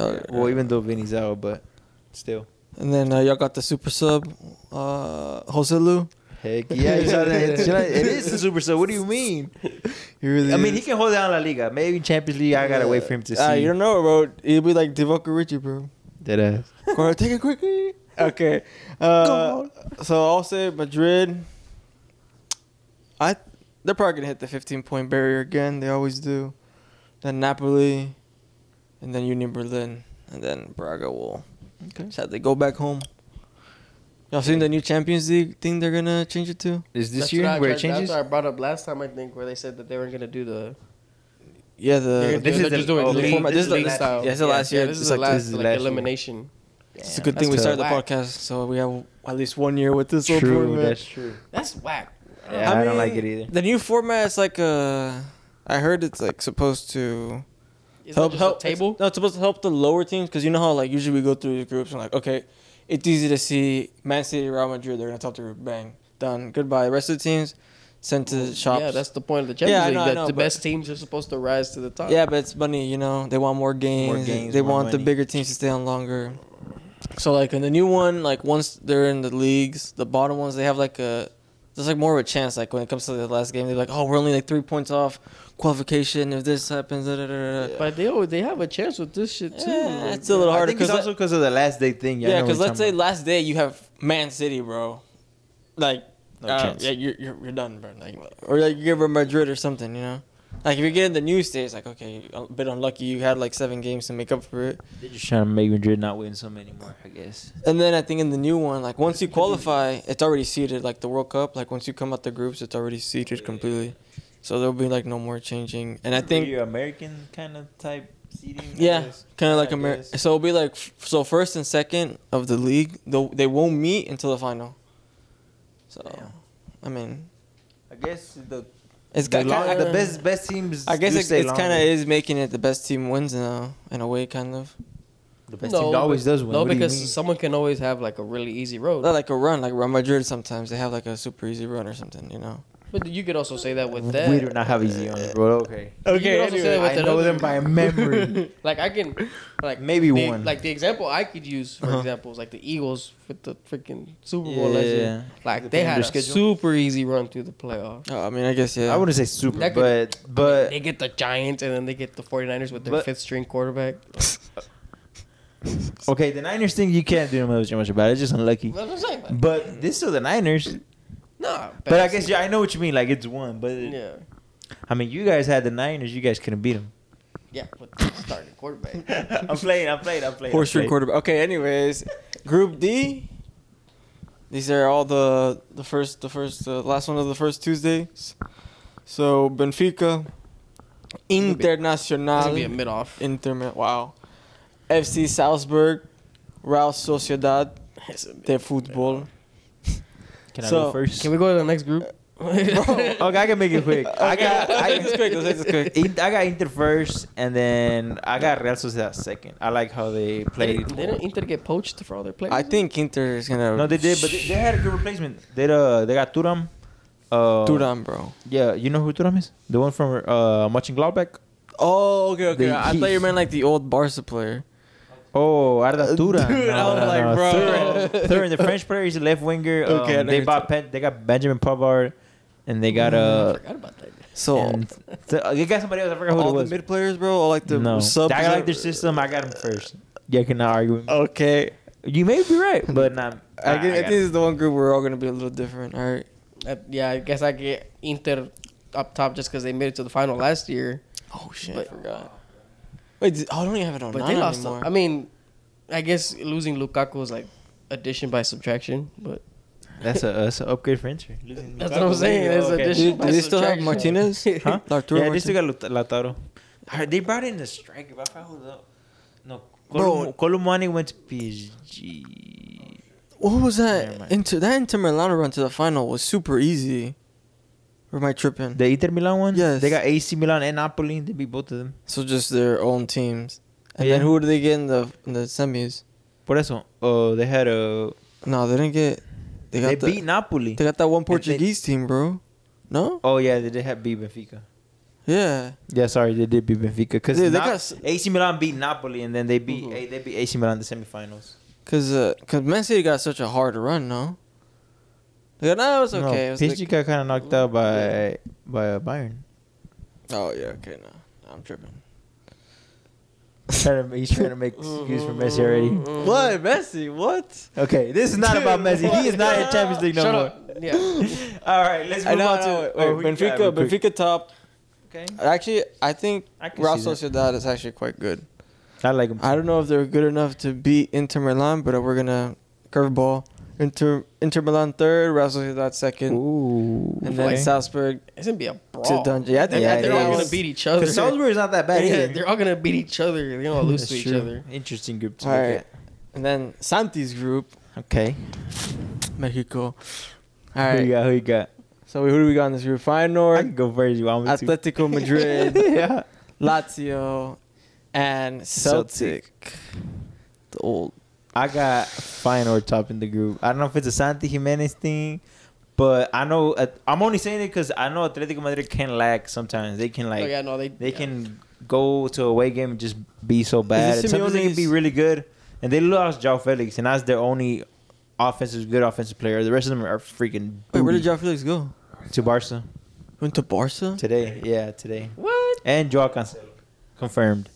Speaker 2: Uh,
Speaker 1: Well, even though Vinny's out, but still.
Speaker 2: And then uh, y'all got the super sub, uh, Jose Lu.
Speaker 1: Heck yeah, he's out there. It's- it is the super sub. What do you mean?
Speaker 2: He really
Speaker 1: I mean, he can hold down La Liga. Maybe Champions League. I gotta wait for him to see.
Speaker 2: Uh, you don't know, bro. He'll be like Divock Richie, bro.
Speaker 1: Dead ass.
Speaker 2: Corner, take it quickly. (laughs) Okay. Uh, so I'll say Madrid. I they're probably gonna hit the 15 point barrier again. They always do. Then Napoli, and then Union Berlin, and then Braga will
Speaker 1: Okay.
Speaker 2: sadly go back home. Y'all seen the new Champions League thing they're gonna change it to?
Speaker 1: Is this
Speaker 3: That's what
Speaker 1: year
Speaker 3: I
Speaker 1: where it
Speaker 3: tried-
Speaker 1: changes? Uh,
Speaker 3: That's what I brought up last time, I think, where they said that they were gonna do the.
Speaker 2: Yeah,
Speaker 3: they're
Speaker 2: the
Speaker 1: this
Speaker 3: doing-
Speaker 1: is
Speaker 3: they're
Speaker 1: the- oh,
Speaker 2: league-
Speaker 3: format-
Speaker 2: this is the
Speaker 3: league
Speaker 2: last-
Speaker 3: style.
Speaker 2: yeah, it's the last year.
Speaker 3: this is
Speaker 2: It's
Speaker 3: the
Speaker 2: like-
Speaker 3: last,
Speaker 1: this is the
Speaker 3: like,
Speaker 1: last year.
Speaker 3: elimination.
Speaker 2: it's a good
Speaker 1: Damn,
Speaker 2: thing we
Speaker 1: that's
Speaker 2: started the
Speaker 3: tough.
Speaker 2: podcast, so we have at least one year with this little
Speaker 1: True,
Speaker 2: tournament.
Speaker 1: that's true.
Speaker 3: That's whack.
Speaker 1: Yeah, I, don't like it either.
Speaker 2: The new format is like uh, I heard it's like supposed to
Speaker 3: Is
Speaker 2: help
Speaker 3: that just
Speaker 2: help
Speaker 3: a table.
Speaker 2: No, it's supposed to help the lower teams because you know how like usually we go through the groups and like okay, it's easy to see Man City, Real Madrid. They're gonna top the group, bang, done, goodbye. The rest of the teams sent to the shops.
Speaker 3: Yeah, that's the point of the Champions
Speaker 2: Yeah, I
Speaker 3: League.
Speaker 2: know, I
Speaker 3: that
Speaker 2: know,
Speaker 3: the
Speaker 2: but-
Speaker 3: best teams are supposed to rise to the top.
Speaker 2: yeah, but it's money. You know they want more games.
Speaker 1: games,
Speaker 2: they
Speaker 1: more
Speaker 2: want
Speaker 1: money.
Speaker 2: the bigger teams to stay on longer. So like in the new one, like once they're in the leagues, the bottom ones they have like a there's like more of a chance. Like when it comes to the last game, they're like, oh, we're only like three points off qualification. If this happens, da, da, da, da. da.
Speaker 3: but they always, they have a chance with this shit too.
Speaker 2: Yeah, it's a little
Speaker 1: I
Speaker 2: harder
Speaker 1: think it's
Speaker 2: because
Speaker 1: also because of the last day thing. I
Speaker 2: yeah,
Speaker 1: know
Speaker 2: because
Speaker 1: what
Speaker 2: let's say
Speaker 1: you're talking
Speaker 2: last day you have Man City, bro. Like,
Speaker 1: No
Speaker 2: uh,
Speaker 1: chance.
Speaker 2: Yeah, you're, you're you're done, bro. Like, or like you give her Madrid or something, you know. Like if you get in the news day, it's like okay, a bit unlucky. You had like seven games to make up for it,
Speaker 1: about. They're just trying to make Madrid not win so many more, I guess.
Speaker 2: and then I think in the new one, like once you qualify, it's already seeded. Like the World Cup, like once you come out the groups, it's already seeded completely. So there'll be like no more changing, and I think
Speaker 1: you're American kind of type seating. I
Speaker 2: Yeah,
Speaker 1: guess.
Speaker 2: kind of like
Speaker 1: I
Speaker 2: America.
Speaker 1: guess.
Speaker 2: So it'll be like f- so first and second of the league. They they won't meet until the final. So,
Speaker 1: Damn.
Speaker 2: I mean,
Speaker 1: I guess the
Speaker 2: it's
Speaker 1: the,
Speaker 2: got
Speaker 1: long,
Speaker 2: kind
Speaker 1: the best best teams.
Speaker 2: I guess
Speaker 1: do
Speaker 2: it,
Speaker 1: stay
Speaker 2: it's kind of
Speaker 1: longer.
Speaker 2: is making it the best team wins now in a way, kind of
Speaker 1: the best team always
Speaker 3: but-
Speaker 1: does win.
Speaker 3: No,
Speaker 1: What do you
Speaker 3: because
Speaker 1: mean?
Speaker 3: someone can always have like a really easy road.
Speaker 2: Not like a run, like Real Madrid. Sometimes they have like a super easy run or something, you know.
Speaker 3: But you could also say that with that.
Speaker 1: we do not have easy on it, bro. Uh, Okay,
Speaker 3: Okay, could also say anyway. that with
Speaker 1: I know
Speaker 3: another-
Speaker 1: them by memory.
Speaker 3: (laughs) Like I can, like
Speaker 1: Maybe
Speaker 3: the-
Speaker 1: one.
Speaker 3: Like the example I could use, for
Speaker 2: Uh-huh.
Speaker 3: example, is like the Eagles with the freaking Super Bowl last
Speaker 1: Yeah.
Speaker 3: year. Like
Speaker 1: Depending
Speaker 3: they
Speaker 1: on
Speaker 3: had a
Speaker 1: their schedule.
Speaker 3: super easy run through the playoffs.
Speaker 2: Oh, I mean, I guess yeah.
Speaker 1: I wouldn't say super,
Speaker 3: That
Speaker 1: but
Speaker 3: could-
Speaker 1: but
Speaker 3: They get the Giants and then they get the 49ers with their
Speaker 1: But-
Speaker 3: fifth string quarterback.
Speaker 1: Okay, the Niners thing you can't do much, much about. It. It's just unlucky.
Speaker 3: That's what I'm saying, but-
Speaker 1: But this is still the Niners.
Speaker 3: No,
Speaker 1: But I guess yeah, I know what you mean. Like it's one, but
Speaker 3: Yeah,
Speaker 1: I mean you guys had the Niners. You guys couldn't beat them.
Speaker 3: yeah, but the starting quarterback.
Speaker 1: I'm playing. I'm playing. I'm playing. I'm
Speaker 2: Horseshoe
Speaker 1: playing.
Speaker 2: quarterback. Okay, anyways, Group D. These are all the the first the first the last one of the first Tuesdays. So Benfica,
Speaker 3: gonna be- That's gonna be a
Speaker 2: Internacional,
Speaker 3: mid (laughs) off.
Speaker 2: Inter. Mi- Wow, FC Salzburg, Real Sociedad de Futbol.
Speaker 1: Can I
Speaker 2: So,
Speaker 1: go first?
Speaker 3: Can we go to the next (laughs) group?
Speaker 1: okay, I can make it quick. I got.
Speaker 3: (laughs)
Speaker 1: I,
Speaker 2: Let's quick, let's quick.
Speaker 1: In- (laughs) I got Inter first, and then I got Real Sociedad second. I like how they played.
Speaker 3: Didn't, didn't Inter get poached for all their players?
Speaker 2: I think Inter is gonna.
Speaker 1: No, they did, but they, they had a good replacement. They uh, they got Turam. Uh,
Speaker 2: Turam, bro.
Speaker 1: Yeah, you know who Turam is? The one from uh, watching Glaubeck.
Speaker 2: Oh, okay, okay.
Speaker 1: They-
Speaker 2: I thought you meant like the old Barca player.
Speaker 1: Oh, Arda Turan.
Speaker 2: (laughs) Dude, I was like, bro. (laughs)
Speaker 1: Turan, Turan, the French player, he's a left winger. Um,
Speaker 2: Okay, I know
Speaker 1: they
Speaker 2: you're
Speaker 1: bought Pen- they got Benjamin Pavard, and they got uh,
Speaker 3: I forgot about that.
Speaker 2: So
Speaker 1: and th- uh, you got somebody else. I forgot who
Speaker 2: Mm. Oh. all
Speaker 1: it
Speaker 2: the
Speaker 1: was.
Speaker 2: mid players, bro. All like the
Speaker 1: no,
Speaker 2: sub.
Speaker 1: I like their system. I got him first. Yeah, I cannot argue. With me.
Speaker 2: Okay,
Speaker 1: You may be right, but nah,
Speaker 2: I,
Speaker 1: I,
Speaker 2: get, I,
Speaker 1: I
Speaker 2: think
Speaker 1: got
Speaker 2: this is the one group we're all gonna be a little different. All right.
Speaker 3: Uh, yeah, I guess I get Inter up top just because they made it to the final last year.
Speaker 2: Oh shit,
Speaker 3: But-
Speaker 2: I forgot. Wait, did- oh, I don't even have it on
Speaker 3: But
Speaker 2: nine
Speaker 3: they lost.
Speaker 2: anymore.
Speaker 3: I mean, I guess losing Lukaku was like addition by subtraction, but
Speaker 1: that's a that's an upgrade for Inter. Losing
Speaker 3: That's what I'm
Speaker 1: Lukaku.
Speaker 3: saying, that's
Speaker 1: Okay.
Speaker 3: addition.
Speaker 2: do, do they still have
Speaker 1: (laughs)
Speaker 3: Subtraction.
Speaker 2: Martinez?
Speaker 1: Huh?
Speaker 2: Arturo
Speaker 1: yeah, they still
Speaker 2: Martinez?
Speaker 1: got Lut- Lautaro. I heard They brought in a striker, but I forgot who the no.
Speaker 2: Bro.
Speaker 1: Colum- Colomani went to PSG.
Speaker 2: What was
Speaker 1: Never
Speaker 2: that?
Speaker 1: mind.
Speaker 2: Inter that Inter Milan run to the final was super easy. Or am I tripping?
Speaker 1: The Inter Milan one?
Speaker 2: Yes.
Speaker 1: They got AC Milan and Napoli. They beat both of them.
Speaker 2: so just their own teams. And
Speaker 1: Yeah.
Speaker 2: then who did they get in the in the semis?
Speaker 1: Por eso. Oh, they had a.
Speaker 2: No, they didn't get. They
Speaker 1: They,
Speaker 2: got the,
Speaker 1: beat Napoli.
Speaker 2: They got that one
Speaker 1: they-
Speaker 2: Portuguese team, bro. No.
Speaker 1: oh, yeah, they did have beat Benfica.
Speaker 2: Yeah.
Speaker 1: Yeah, sorry, they did beat Benfica. Because
Speaker 2: Dude, they got Uh-huh. s-
Speaker 1: AC Milan beat Napoli, and then they beat
Speaker 3: Mhm.
Speaker 1: eh, they beat AC Milan in the semifinals.
Speaker 2: Cause, uh, cause Man City got such a hard run, no? Like, no, it's okay.
Speaker 1: No,
Speaker 2: it was
Speaker 1: PSG got kind of knocked out by by uh, Bayern.
Speaker 2: like- oh yeah, okay, no, no I'm tripping.
Speaker 1: Trying to- he's trying to make
Speaker 2: Uh-huh.
Speaker 1: excuse for Messi already.
Speaker 2: What Messi? What?
Speaker 1: Okay, this is not
Speaker 2: Dude,
Speaker 1: about Messi. He is not in
Speaker 2: (laughs) what?
Speaker 1: Champions League no
Speaker 3: Shut
Speaker 1: more.
Speaker 3: up. Yeah.
Speaker 1: All right, let's
Speaker 2: I
Speaker 1: move
Speaker 2: know.
Speaker 1: on
Speaker 2: no,
Speaker 1: to
Speaker 2: wait,
Speaker 1: oh, who you
Speaker 2: Benfica.
Speaker 1: got real quick?
Speaker 2: Benfica top.
Speaker 1: Okay.
Speaker 2: Actually, I think
Speaker 1: I can
Speaker 2: Real
Speaker 1: see that.
Speaker 2: Sociedad is actually quite good.
Speaker 1: I like him.
Speaker 2: I don't know if they're good enough to beat Inter Milan, but we're gonna curveball. Inter Inter Milan third, Real Sociedad second,
Speaker 1: Ooh.
Speaker 2: and then
Speaker 3: okay.
Speaker 2: Salzburg
Speaker 3: It's gonna be a
Speaker 2: to
Speaker 3: brawl.
Speaker 2: Dungeon. Yeah, I think,
Speaker 3: They're,
Speaker 1: Yeah,
Speaker 2: I
Speaker 3: they're
Speaker 2: think
Speaker 3: all
Speaker 2: that
Speaker 3: gonna
Speaker 2: was-
Speaker 3: beat each other. (laughs)
Speaker 1: Salzburg is not that bad.
Speaker 3: yeah,
Speaker 1: either.
Speaker 3: they're all gonna beat each other. They're gonna
Speaker 1: (laughs)
Speaker 3: lose
Speaker 1: That's
Speaker 3: to each
Speaker 1: true.
Speaker 3: other.
Speaker 1: Interesting group. To
Speaker 2: All right, and then Santi's group,
Speaker 1: Okay.
Speaker 2: Mexico. All
Speaker 1: Who
Speaker 2: right,
Speaker 1: you got? Who you got?
Speaker 2: So who do we got in this group?
Speaker 1: I
Speaker 2: Feyenoord,
Speaker 1: can go first. You want me to?
Speaker 2: Atletico (laughs) Madrid,
Speaker 1: yeah.
Speaker 2: Lazio, and Celtic. The old.
Speaker 1: I got Feyenoord top in the group. I don't know if it's a Santi Jimenez thing, but I know uh, I'm only saying it because I know Atletico Madrid can lag sometimes. They can like
Speaker 3: oh yeah, no, they
Speaker 1: They
Speaker 3: yeah.
Speaker 1: can go to a away game and just be so bad. And sometimes they can be
Speaker 2: Simeone's-
Speaker 1: really good. And they lost Jao Felix, and that's their only offensive good offensive player. The rest of them are freaking
Speaker 2: Wait, where did
Speaker 1: booty.
Speaker 2: Joao Felix go?
Speaker 1: to Barca
Speaker 2: Went to Barca.
Speaker 1: today. Yeah, today.
Speaker 3: What?
Speaker 1: And Joao Cancelo confirmed.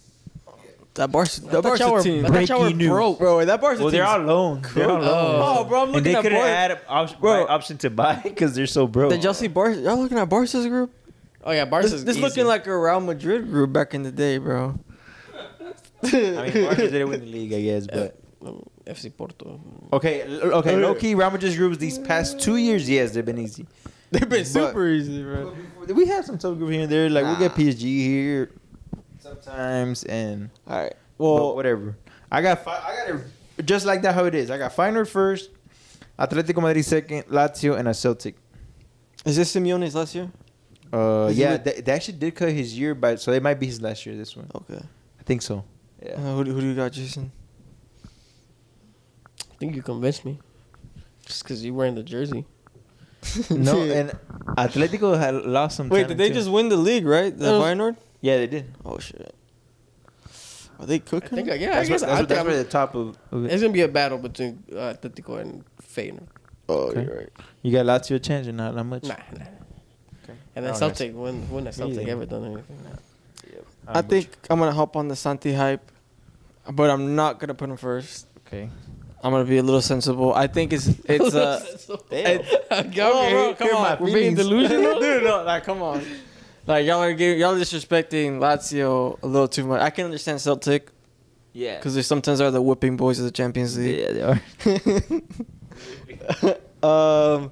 Speaker 2: That Barca.
Speaker 3: I
Speaker 2: That
Speaker 3: thought
Speaker 2: Barca
Speaker 3: y'all were,
Speaker 2: team.
Speaker 3: I thought y'all were
Speaker 1: Breaking news.
Speaker 3: broke.
Speaker 2: Bro, wait, that Barca
Speaker 1: Well, they're
Speaker 2: team's-
Speaker 1: all loan. They're all
Speaker 3: Oh.
Speaker 1: loan.
Speaker 2: Oh, bro, I'm
Speaker 1: and they
Speaker 2: looking at
Speaker 1: couldn't
Speaker 2: Bar-
Speaker 1: add an option,
Speaker 2: Bro.
Speaker 1: right option to buy (laughs) because they're so broke.
Speaker 2: Did y'all see Barca? Y'all looking at Barca's group?
Speaker 3: Oh yeah,
Speaker 2: This,
Speaker 3: Barca's
Speaker 2: this
Speaker 3: easy.
Speaker 2: looking
Speaker 3: (laughs)
Speaker 2: like a Real Madrid group back in the day, bro.
Speaker 1: I (laughs) mean, Barca didn't
Speaker 3: (laughs)
Speaker 1: win the league, I guess, but
Speaker 3: Um, FC Porto.
Speaker 1: (laughs) okay, l- okay. Low key, Real Madrid's groups these past two years, yes, they've been easy.
Speaker 2: They've been
Speaker 1: But-
Speaker 2: super easy, bro.
Speaker 1: We have some tough group here and there. Like we get
Speaker 2: Nah.
Speaker 1: PSG here sometimes, and
Speaker 2: All right.
Speaker 1: well,
Speaker 2: Well,
Speaker 1: whatever. I got fi- I got it just like that how it is. I got Feyenoord first, Atletico Madrid second, Lazio, and a Celtic.
Speaker 2: is this Simeone's last year?
Speaker 1: Uh,
Speaker 2: Is he
Speaker 1: yeah,
Speaker 2: with-
Speaker 1: they, they actually did cut his year, but so it might be his last year. This one,
Speaker 2: Okay.
Speaker 1: I think (laughs) so.
Speaker 2: Uh,
Speaker 1: Yeah.
Speaker 2: who, do- who do you got, Jason?
Speaker 3: I think you convinced me. Just because you wearing the jersey.
Speaker 1: (laughs)
Speaker 3: (laughs)
Speaker 1: no, and Atletico had lost some.
Speaker 2: Wait,
Speaker 1: talent,
Speaker 2: did they
Speaker 1: too.
Speaker 2: just win the league, right? The
Speaker 3: That was-
Speaker 2: Feyenoord?
Speaker 1: Yeah, they did.
Speaker 2: Oh shit. Are they
Speaker 3: I
Speaker 2: cooking?
Speaker 3: think, I- yeah,
Speaker 1: that's
Speaker 3: I guess
Speaker 1: what, that's,
Speaker 3: I
Speaker 1: what, that's
Speaker 3: think
Speaker 1: where
Speaker 3: I'm-
Speaker 1: the top of, of
Speaker 3: it's
Speaker 1: it.
Speaker 3: gonna be a battle between uh, Atletico and Feyenoord.
Speaker 2: oh,
Speaker 1: Okay.
Speaker 2: you're right.
Speaker 1: You got Lazio a chance or not? Not much.
Speaker 3: Nah, nah. And then
Speaker 1: Oh,
Speaker 3: Celtic, when when has Celtic
Speaker 1: Really?
Speaker 3: ever done anything? Nah.
Speaker 1: Not
Speaker 2: I
Speaker 1: much.
Speaker 2: think I'm gonna hop on the Santi hype. but I'm not gonna put him first.
Speaker 1: Okay.
Speaker 2: I'm gonna be a little sensible. I think it's it's (laughs) uh.
Speaker 3: (laughs) Damn.
Speaker 2: Oh, bro, come on, we're being delusional,
Speaker 3: dude.
Speaker 2: dude. (laughs) No, like, come on, like y'all are giving, y'all disrespecting Lazio a little too much. I can understand Celtic
Speaker 1: Yeah.
Speaker 2: because they sometimes are the whipping boys of the Champions League.
Speaker 1: yeah, they are.
Speaker 2: (laughs) um,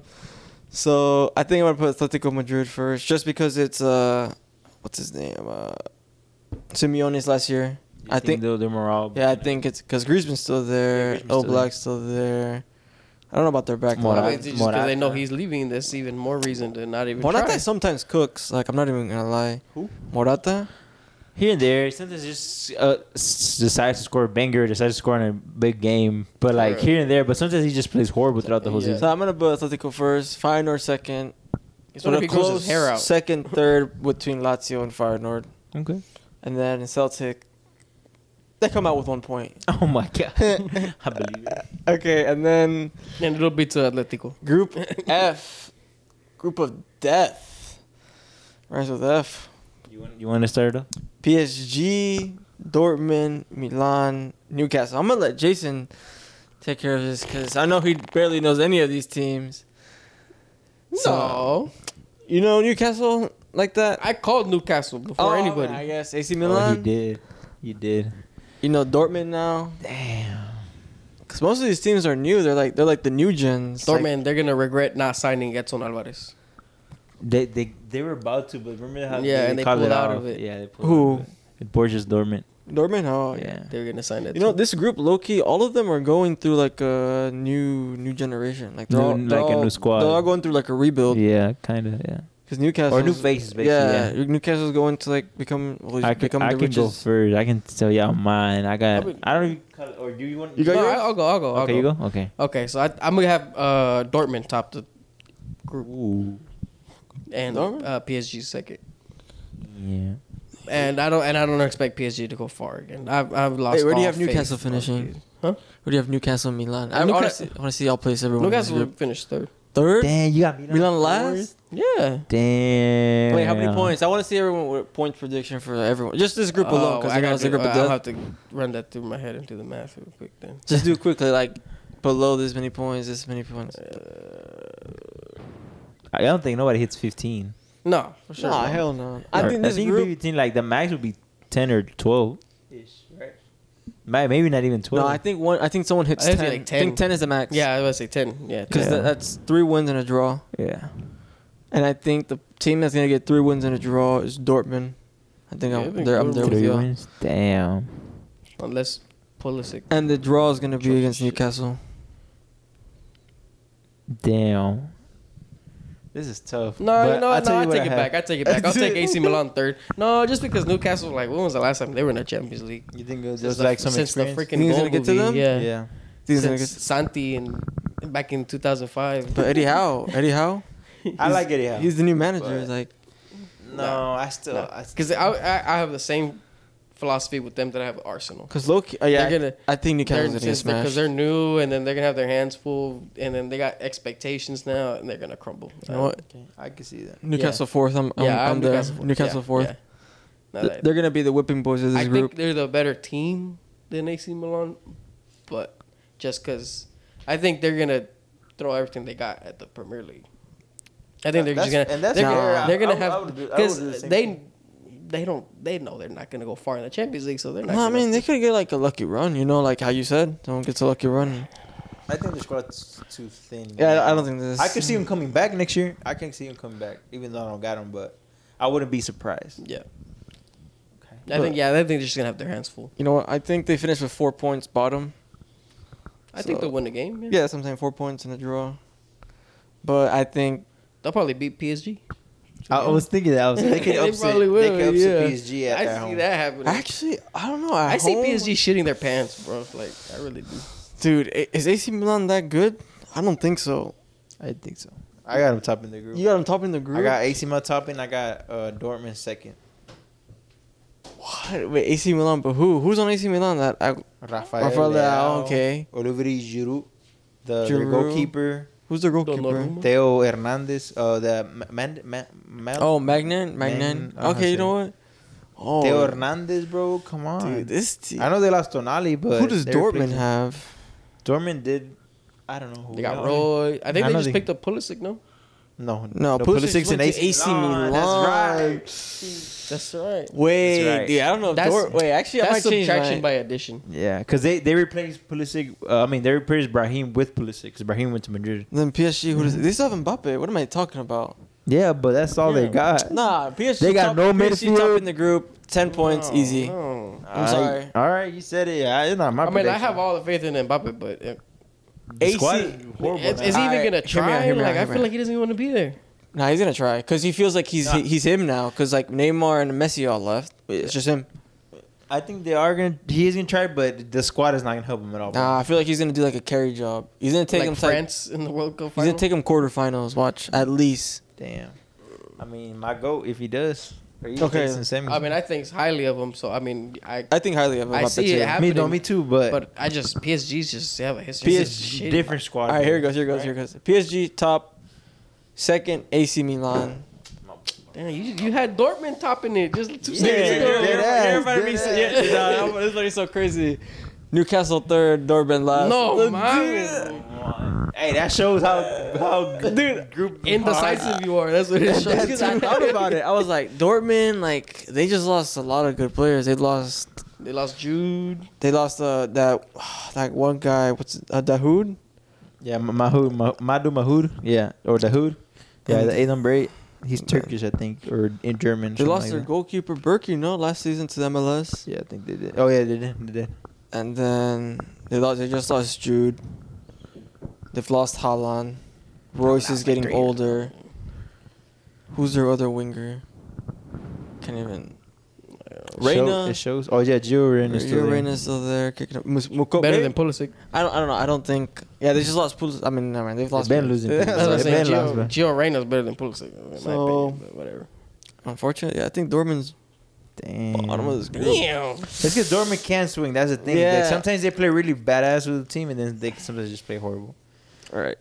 Speaker 2: so I think I'm gonna put Atletico Madrid first, just because it's uh, what's his name? Uh, Simeone's last year. I think-
Speaker 1: they're, they're morale.
Speaker 2: Yeah, I think it's because Griezmann's still there,
Speaker 1: Yeah, Griezmann's still
Speaker 2: Oblak's still there. I don't know about their back
Speaker 1: Morata.
Speaker 3: I mean,
Speaker 2: line.
Speaker 3: it's just 'cause they know
Speaker 1: Morata.
Speaker 3: he's leaving. That's even more reason to not even
Speaker 2: Morata
Speaker 3: try.
Speaker 2: sometimes cooks. Like I'm not even gonna lie.
Speaker 3: Who?
Speaker 2: Morata?
Speaker 1: here and there, sometimes just uh, s- decides to score a banger, decides to score in a big game, but like
Speaker 3: Right.
Speaker 1: here and there. But sometimes he just plays horrible throughout the whole
Speaker 3: Yeah.
Speaker 1: season.
Speaker 2: So I'm gonna put Atletico first, Feyenoord second,
Speaker 3: It's when
Speaker 2: with
Speaker 3: he grows his hair out.
Speaker 2: second, third between Lazio and Feyenoord,
Speaker 1: Okay.
Speaker 2: and then Celtic. They come out with one (laughs) point.
Speaker 1: Oh my (laughs) god, I believe it.
Speaker 2: Uh, Okay, and then
Speaker 3: and it'll be to Atletico.
Speaker 2: (laughs) Group F, Group of Death. Right with F.
Speaker 1: You want you want to start it up?
Speaker 2: PSG, Dortmund, Milan, Newcastle. I'm gonna let Jason take care of this because I know he barely knows any of these teams.
Speaker 3: No,
Speaker 2: You know Newcastle like that
Speaker 3: I called Newcastle before
Speaker 2: Oh,
Speaker 3: anybody.
Speaker 2: I guess AC
Speaker 1: Oh,
Speaker 2: Milan.
Speaker 1: you did. You did.
Speaker 2: You know Dortmund now
Speaker 1: Damn.
Speaker 2: because most of these teams are new. They're like they're like the new gens. Like,
Speaker 3: Dortmund, they're gonna regret not signing Edson Alvarez.
Speaker 1: They they they were about to, but remember how
Speaker 3: Yeah, and they
Speaker 1: called
Speaker 3: pulled
Speaker 1: it
Speaker 3: out of
Speaker 1: off.
Speaker 3: it.
Speaker 1: Yeah, they pulled
Speaker 2: Who?
Speaker 1: Out of it. Borges Dortmund.
Speaker 2: Dortmund. Oh yeah.
Speaker 1: yeah.
Speaker 3: They're gonna sign that.
Speaker 2: You know this group, Loki. All of them are going through like a new new generation. Like they're
Speaker 1: New-
Speaker 2: all they're
Speaker 1: like a
Speaker 2: all-
Speaker 1: new squad.
Speaker 2: They're all going through like a rebuild.
Speaker 1: Yeah, kind of. Yeah.
Speaker 2: Because Newcastle
Speaker 1: Or new faces, basically.
Speaker 2: Yeah,
Speaker 1: Yeah.
Speaker 2: Newcastle's going to like become well,
Speaker 1: I can,
Speaker 2: become
Speaker 1: I
Speaker 2: the
Speaker 1: can go
Speaker 2: richest.
Speaker 1: first. I can tell y'all mine. I got.
Speaker 3: I mean-
Speaker 1: I don't even. Call it, or do you want?
Speaker 2: You got
Speaker 3: no,
Speaker 2: yours?
Speaker 3: I, will go. I'll go. I'll
Speaker 1: okay, you go. Okay.
Speaker 3: Okay, so I, I'm gonna have uh, Dortmund top the group
Speaker 1: Ooh.
Speaker 3: and
Speaker 2: Dortmund?
Speaker 3: uh, PSG second.
Speaker 1: Yeah.
Speaker 3: And I don't and I don't expect PSG to go far again. I've I've lost.
Speaker 2: Hey, where do you
Speaker 3: all
Speaker 2: have Newcastle
Speaker 3: faith in
Speaker 2: finishing?
Speaker 3: PSG. Huh?
Speaker 2: Who do you have? Newcastle, Milan. I
Speaker 3: Newca-
Speaker 2: want to see, I wanna see y'all place everyone. in this
Speaker 3: Newcastle will
Speaker 2: group.
Speaker 3: finish third.
Speaker 2: third.
Speaker 1: Damn, you got Milan,
Speaker 2: Milan
Speaker 1: fourth?
Speaker 2: last.
Speaker 3: Yeah.
Speaker 1: Damn.
Speaker 2: Wait, how many points? I want to see everyone with point prediction for everyone. Just this group
Speaker 3: Oh,
Speaker 2: alone, because I got the
Speaker 3: to
Speaker 2: group of
Speaker 3: I'll
Speaker 2: death.
Speaker 3: have to run that through my head and do the math real quick then.
Speaker 2: Just do it quickly, like below this many points, this many points.
Speaker 1: I don't think nobody hits fifteen.
Speaker 3: No, for sure.
Speaker 2: nah,
Speaker 3: no.
Speaker 2: hell no. I
Speaker 1: Or-
Speaker 2: think this
Speaker 1: I think it'd be
Speaker 2: group.
Speaker 1: between like the max would be ten or twelve. Right. Maybe not even twelve.
Speaker 2: No, I think one. I think someone hits
Speaker 3: I think
Speaker 2: ten.
Speaker 3: it's like
Speaker 2: I think
Speaker 3: 10.
Speaker 2: ten is the max.
Speaker 3: Yeah, I was gonna say ten. Yeah,
Speaker 2: because
Speaker 1: Yeah.
Speaker 2: that's three wins and a draw.
Speaker 1: Yeah.
Speaker 2: And I think the team that's gonna get three wins and a draw is Dortmund. I think
Speaker 3: Yeah, I
Speaker 2: I'm,
Speaker 3: think
Speaker 2: there, I'm there with
Speaker 1: Three
Speaker 2: you.
Speaker 1: wins. Damn.
Speaker 3: unless Pulisic.
Speaker 2: And the draw is gonna be
Speaker 3: Sure,
Speaker 2: against
Speaker 3: shit.
Speaker 2: Newcastle.
Speaker 1: Damn. This is tough.
Speaker 3: No,
Speaker 1: But
Speaker 3: you know
Speaker 1: I'll
Speaker 3: what?
Speaker 1: tell
Speaker 3: No, I
Speaker 1: you what
Speaker 3: take it
Speaker 1: have.
Speaker 3: back. I take it back. I'll take AC Milan third. No, just because Newcastle, like, when was the last time they were in the Champions League?
Speaker 1: You think
Speaker 3: Since
Speaker 1: there's
Speaker 3: the-
Speaker 1: like some
Speaker 3: since the
Speaker 1: experience?
Speaker 3: freaking
Speaker 2: He's
Speaker 3: goal
Speaker 2: gonna get to
Speaker 3: movie,
Speaker 2: them?
Speaker 3: Yeah,
Speaker 1: yeah.
Speaker 2: These
Speaker 3: Since
Speaker 2: niggas-
Speaker 3: Santi and back in 2005.
Speaker 2: But Eddie Howe,
Speaker 3: (laughs)
Speaker 2: Eddie Howe,
Speaker 1: I like it. Yeah.
Speaker 2: he's the new manager.
Speaker 1: But-
Speaker 2: He's like,
Speaker 1: no, I still. I
Speaker 3: because I, I I have the same philosophy with them that I have with Arsenal.
Speaker 2: cause Loki. Uh, yeah,
Speaker 3: They're gonna-
Speaker 2: I think
Speaker 3: They're,
Speaker 2: Newcastle's gonna get
Speaker 3: since they're,
Speaker 2: smashed.
Speaker 3: cause they're new and then they're gonna have their hands full and then they got expectations now and they're gonna crumble.
Speaker 2: You know what?
Speaker 1: I can see that.
Speaker 2: Newcastle fourth. I'm, I'm,
Speaker 3: I
Speaker 2: I'm,
Speaker 3: have
Speaker 2: there.
Speaker 3: Newcastle fourth.
Speaker 2: Newcastle
Speaker 3: Yeah,
Speaker 2: fourth.
Speaker 3: yeah. No,
Speaker 2: Th-
Speaker 3: that-
Speaker 2: They're gonna be the whipping boys of this
Speaker 3: I
Speaker 2: group.
Speaker 3: think they're the better team than AC Milan, but just because I think they're gonna throw everything they got at the Premier League. I think they're just
Speaker 1: That's-
Speaker 3: gonna
Speaker 1: and that's
Speaker 3: they're,
Speaker 2: fair.
Speaker 3: gonna,
Speaker 2: I-
Speaker 3: they're gonna
Speaker 1: I- I
Speaker 3: have
Speaker 1: would do- I would do the
Speaker 3: because
Speaker 1: same
Speaker 3: they
Speaker 1: thing.
Speaker 3: they don't they know they're not gonna go far in the Champions League, so they're not.
Speaker 2: no, I
Speaker 3: gonna-
Speaker 2: mean they could get like a lucky run. You know, like how you said, someone gets a lucky run.
Speaker 1: I think the squad's too thin.
Speaker 2: Yeah, I- I don't think this.
Speaker 1: I could see him coming back next year. I can see him coming back, even though I don't got him, but I wouldn't be surprised.
Speaker 3: yeah.
Speaker 1: Okay.
Speaker 3: I think yeah, I think they're just gonna have their hands full.
Speaker 2: You know what? I think they finished with four points bottom.
Speaker 3: I think
Speaker 2: So-
Speaker 3: they'll win the game. Yeah.
Speaker 2: Yeah, that's what I'm saying. Four points in a draw. But I think
Speaker 3: they'll probably beat PSG.
Speaker 1: I was thinking
Speaker 3: (laughs)
Speaker 2: (laughs)
Speaker 1: that. I was
Speaker 3: They
Speaker 1: thinking upset.
Speaker 3: probably will,
Speaker 1: They could upset
Speaker 3: yeah.
Speaker 1: PSG at
Speaker 3: I
Speaker 1: that
Speaker 3: see
Speaker 1: home.
Speaker 3: that happening.
Speaker 2: actually I don't know. At
Speaker 3: I see
Speaker 2: home-
Speaker 3: PSG shitting their pants, bro. Like I really do.
Speaker 2: Dude, i- is AC Milan that good? I don't think so.
Speaker 1: I think so. I got him top in the group.
Speaker 2: You got them top in the group.
Speaker 1: I got AC Milan top and I got uh, Dortmund second.
Speaker 2: what? Wait, AC Milan, but who? Who's on AC Milan? That I,
Speaker 1: Rafael,
Speaker 2: Rafael Leao,
Speaker 1: Leao,
Speaker 2: okay.
Speaker 1: Olivier Giroud, the, their
Speaker 2: Giroud.
Speaker 1: goalkeeper.
Speaker 2: who's their
Speaker 3: know
Speaker 2: goalkeeper?
Speaker 3: who.
Speaker 1: Theo Hernandez. Uh, the man, man, man,
Speaker 2: Oh,
Speaker 1: Magnan,
Speaker 2: Magnan, Magnan.
Speaker 1: I don't know how
Speaker 2: Okay,
Speaker 1: to
Speaker 2: you
Speaker 1: say
Speaker 2: know what? Oh,
Speaker 1: Theo Hernandez, bro. Come on.
Speaker 2: dude, this team.
Speaker 1: I know they lost Tonali, but
Speaker 2: Who does
Speaker 1: they were
Speaker 2: Dortmund
Speaker 1: picking-
Speaker 2: have?
Speaker 1: Dortmund did. I don't know who
Speaker 3: They got
Speaker 1: No,
Speaker 3: Roy. I think
Speaker 1: I
Speaker 3: they
Speaker 1: know
Speaker 3: just
Speaker 1: they-
Speaker 3: picked up Pulisic, no?
Speaker 1: No,
Speaker 2: No, Pulisic
Speaker 1: and
Speaker 2: went to AC Milan.
Speaker 1: That's right.
Speaker 3: That's right.
Speaker 2: Wait,
Speaker 5: That's right.
Speaker 2: dude, I don't know. if
Speaker 3: That's-
Speaker 2: Dort- wait, actually, I might
Speaker 3: That's
Speaker 2: change
Speaker 3: subtraction
Speaker 2: mine.
Speaker 3: by addition.
Speaker 1: Yeah, because they they replaced Pulisic. Uh, I mean, they replaced Brahim with Pulisic because Brahim went to Madrid.
Speaker 2: Then PSG, who does they still have Mbappe? What am I talking about?
Speaker 1: Yeah, but that's all
Speaker 3: they
Speaker 1: they got.
Speaker 2: Nah, PSG.
Speaker 1: They got
Speaker 2: top,
Speaker 1: no
Speaker 2: PSG top
Speaker 1: midfield.
Speaker 2: in the group. Ten points,
Speaker 3: No,
Speaker 2: easy.
Speaker 3: Oh, no.
Speaker 2: I'm sorry.
Speaker 1: All right, you said it. I, it's not my
Speaker 3: I mean, I
Speaker 1: prediction.
Speaker 3: have all the faith in Mbappe, but uh,
Speaker 1: The
Speaker 2: AC
Speaker 1: squad is horrible
Speaker 3: is,
Speaker 1: now.
Speaker 3: is he
Speaker 2: Alright,
Speaker 3: even gonna
Speaker 2: hear me out,
Speaker 3: try?
Speaker 2: hear me out,
Speaker 3: like,
Speaker 2: hear
Speaker 3: I
Speaker 2: me
Speaker 3: feel
Speaker 2: out.
Speaker 3: like he doesn't even want to be there.
Speaker 2: Nah, he's gonna try because he feels like he's
Speaker 1: Nah.
Speaker 2: he's him now. Because like Neymar and Messi all left. It's just him.
Speaker 1: I think they are gonna. He is gonna try, but the squad is not gonna help him at all. bro.
Speaker 2: Nah, I feel like he's gonna do like a carry job. He's gonna take
Speaker 3: like
Speaker 2: him. to, like-
Speaker 3: France in the World Cup
Speaker 2: he's
Speaker 3: final.
Speaker 2: gonna take him quarterfinals. Watch at least.
Speaker 1: Damn. I mean, my goat if he does. Or even
Speaker 2: Okay.
Speaker 1: Jason Samuels.
Speaker 3: I mean, I think highly of him. So I mean, I
Speaker 2: I think highly of him.
Speaker 3: I
Speaker 2: Mbappe
Speaker 3: see it
Speaker 2: too.
Speaker 3: happening.
Speaker 1: me, no, me too, but,
Speaker 3: But I just PSG's just they have a history. It's just
Speaker 1: PSG
Speaker 3: shit.
Speaker 1: different squad.
Speaker 2: All right, here it
Speaker 1: bro.
Speaker 2: goes. Here it goes. Here it goes. PSG top, second AC Milan.
Speaker 3: Damn, you, you had Dortmund topping it just two
Speaker 1: Yeah,
Speaker 3: seconds ago.
Speaker 1: yeah, yeah. ass, dead
Speaker 2: be so,
Speaker 1: ass.
Speaker 2: (laughs) yeah, nah, I'm- this looks so crazy. Newcastle third, Dortmund last.
Speaker 3: No,
Speaker 2: Look,
Speaker 3: man.
Speaker 1: Hey, that shows how
Speaker 3: (laughs)
Speaker 1: how dude group
Speaker 3: Indecisive you are. That's what it shows.
Speaker 2: Because I thought about it, I was like, Dortmund, like they just lost a lot of good players. They lost,
Speaker 3: They lost Jude.
Speaker 2: they lost uh, that (sighs) that one guy. What's it, uh, Dahoud?
Speaker 1: Yeah, Ma- Mahoud, Ma- Madu Mahoud. Yeah, or Dahoud. Yeah, the eight number eight. He's Turkish, I think, or in German.
Speaker 2: They
Speaker 1: something
Speaker 2: lost
Speaker 1: like
Speaker 2: their
Speaker 1: that.
Speaker 2: goalkeeper Burke, you know, last season to the MLS,
Speaker 1: Yeah, I think they did. Oh yeah, they did. They did.
Speaker 2: and then they lost. They just lost Jude. They've lost Haaland. Royce is getting older. Who's their other winger? Can't even.
Speaker 1: Show,
Speaker 2: Reina.
Speaker 1: it shows. Oh yeah, Gio Reina. is still there.
Speaker 2: Reina's still there. Kicking up. Mus- Muko-
Speaker 3: Better
Speaker 2: Hey,
Speaker 3: than Pulisic.
Speaker 2: (laughs) I don't. I don't know. I don't think. Yeah, they just lost. Pulisic. I mean, never mind. They've lost.
Speaker 1: been
Speaker 2: Pulisic.
Speaker 1: losing
Speaker 3: That's what I'm
Speaker 1: Pulisic.
Speaker 3: saying.
Speaker 1: Ben lost,
Speaker 3: Gio,
Speaker 1: man.
Speaker 3: Gio Reyna's better than Pulisic. In
Speaker 2: So-
Speaker 3: my opinion, but whatever.
Speaker 2: Unfortunately, yeah, I think Dortmund's
Speaker 1: Damn.
Speaker 2: bottom of this group.
Speaker 3: Damn.
Speaker 1: It's because Dortmund can swing. That's the thing.
Speaker 2: Yeah.
Speaker 1: Like, sometimes they play really badass with the team, and then they sometimes just play horrible.
Speaker 2: All right.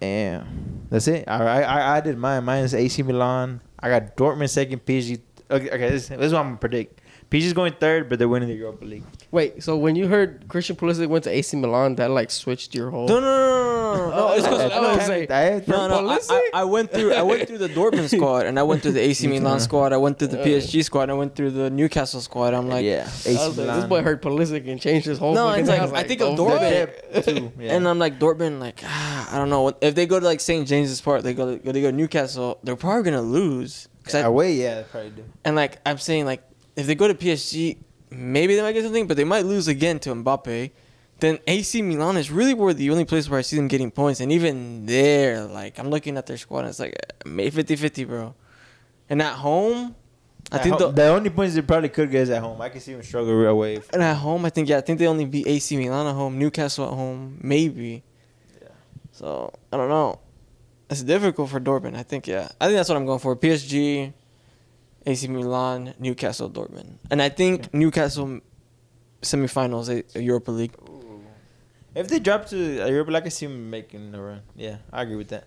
Speaker 1: Damn. That's it. All right. I, I did mine. Mine is AC Milan. I got Dortmund second, PSG. Okay, okay this, this is what I'm going to predict. PG's going third, but they're winning the Europa League.
Speaker 3: Wait, so when you heard Christian Pulisic went to AC Milan, that like switched your whole.
Speaker 2: No, no, no, no, no, no. no. It's 'cause-
Speaker 3: I
Speaker 1: At
Speaker 3: was
Speaker 1: that-
Speaker 3: like-
Speaker 1: that-
Speaker 2: No, no. I, I, I went through. I went through the Dortmund squad, and I went through the AC Milan squad. I went through the PSG squad. I went through the Newcastle squad. I'm like,
Speaker 1: yeah.
Speaker 3: I
Speaker 1: AC
Speaker 3: was like, this
Speaker 1: Milan.
Speaker 3: boy heard Pulisic and changed his whole.
Speaker 2: No,
Speaker 3: fucking
Speaker 2: it's
Speaker 3: thing.
Speaker 2: like,
Speaker 3: was
Speaker 2: I think of
Speaker 3: oh,
Speaker 1: The
Speaker 2: Dortmund.
Speaker 3: fuck.
Speaker 1: depth, too. Yeah.
Speaker 2: And I'm like Dortmund, like ah, I don't know. If they go to like St. James's Park, they go to, they go to Newcastle. They're probably gonna lose. 'Cause I-
Speaker 1: away, yeah, they probably do.
Speaker 2: and like I'm saying, like if they go to PSG, maybe they might get something, but they might lose again to Mbappe. Then AC Milan is really where the only place where I see them getting points, and even there, like I'm looking at their squad, and it's like eh, 50-50, bro. And at home, I
Speaker 1: At
Speaker 2: think
Speaker 1: ho-
Speaker 2: the,
Speaker 1: the, only points they probably could get is at home. I can see them struggle real away.
Speaker 2: and at home, I think yeah, I think they only beat AC Milan at home, Newcastle at home, maybe.
Speaker 1: Yeah.
Speaker 2: So I don't know. It's difficult for Dortmund. I think yeah. I think that's what I'm going for. PSG, AC Milan, Newcastle, Dortmund, and I think Newcastle semifinals eh, Europa League.
Speaker 1: If they drop to Europa, like I see them making a run. Yeah, I agree with that.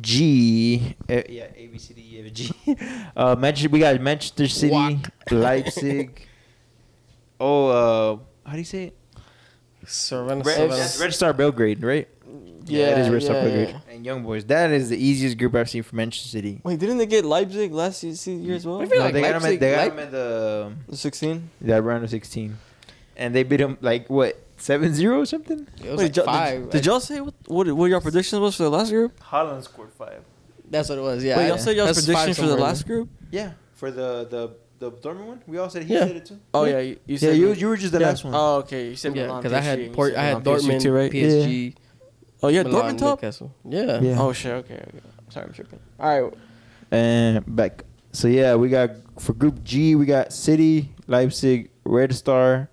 Speaker 1: G, eh, yeah, A B C D E F G. (laughs) Uh, Manchester, we got Manchester City,
Speaker 3: Walk.
Speaker 1: Leipzig. (laughs) oh, uh, how do you say it?
Speaker 3: Serena
Speaker 1: Red,
Speaker 3: Sevilla.
Speaker 1: Red Star Belgrade, right?
Speaker 2: Yeah,
Speaker 1: it is Red Star
Speaker 2: yeah,
Speaker 1: Belgrade.
Speaker 2: yeah.
Speaker 1: And Young Boys. That is the easiest group I've seen for Manchester City.
Speaker 2: Wait, didn't they get Leipzig last year, se- year as well?
Speaker 3: I feel
Speaker 1: No,
Speaker 3: like
Speaker 1: they got 'em
Speaker 3: Leipzig-
Speaker 1: at, they got
Speaker 3: Leip-
Speaker 1: 'em at the um,
Speaker 2: The 16.
Speaker 1: that round of sixteen, and they beat them like what 7-0 or something.
Speaker 3: It was
Speaker 2: Wait,
Speaker 3: like
Speaker 2: y'all-
Speaker 3: five.
Speaker 2: Did, did y'all say what, what what your predictions was for the last group?
Speaker 1: Holland scored five.
Speaker 3: That's what it was. Yeah.
Speaker 2: Wait,
Speaker 3: I-
Speaker 2: y'all said y'all
Speaker 3: that's five
Speaker 2: predictions for the
Speaker 3: somewhere.
Speaker 2: last group?
Speaker 1: Yeah, for the the the Dortmund one, we all said he
Speaker 3: Yeah.
Speaker 1: said it too.
Speaker 2: Oh yeah, you, you
Speaker 1: Yeah,
Speaker 2: said
Speaker 1: you, you were just the
Speaker 2: Yeah.
Speaker 1: last one.
Speaker 2: Oh, okay. You said
Speaker 3: Yeah,
Speaker 2: Milan.
Speaker 3: because I
Speaker 2: PSG,
Speaker 3: had
Speaker 2: you
Speaker 3: Port,
Speaker 2: said
Speaker 3: I had
Speaker 2: Milan, PSG
Speaker 3: Dortmund,
Speaker 2: too, right?
Speaker 3: PSG,
Speaker 2: Oh, yeah,
Speaker 3: Milan,
Speaker 2: Dortmund top.
Speaker 3: Newcastle. Yeah.
Speaker 1: Yeah.
Speaker 2: Oh shit. Okay. okay. Sorry, I'm tripping. All right.
Speaker 1: And back. So yeah, we got for Group G, we got City, Leipzig, Red Star,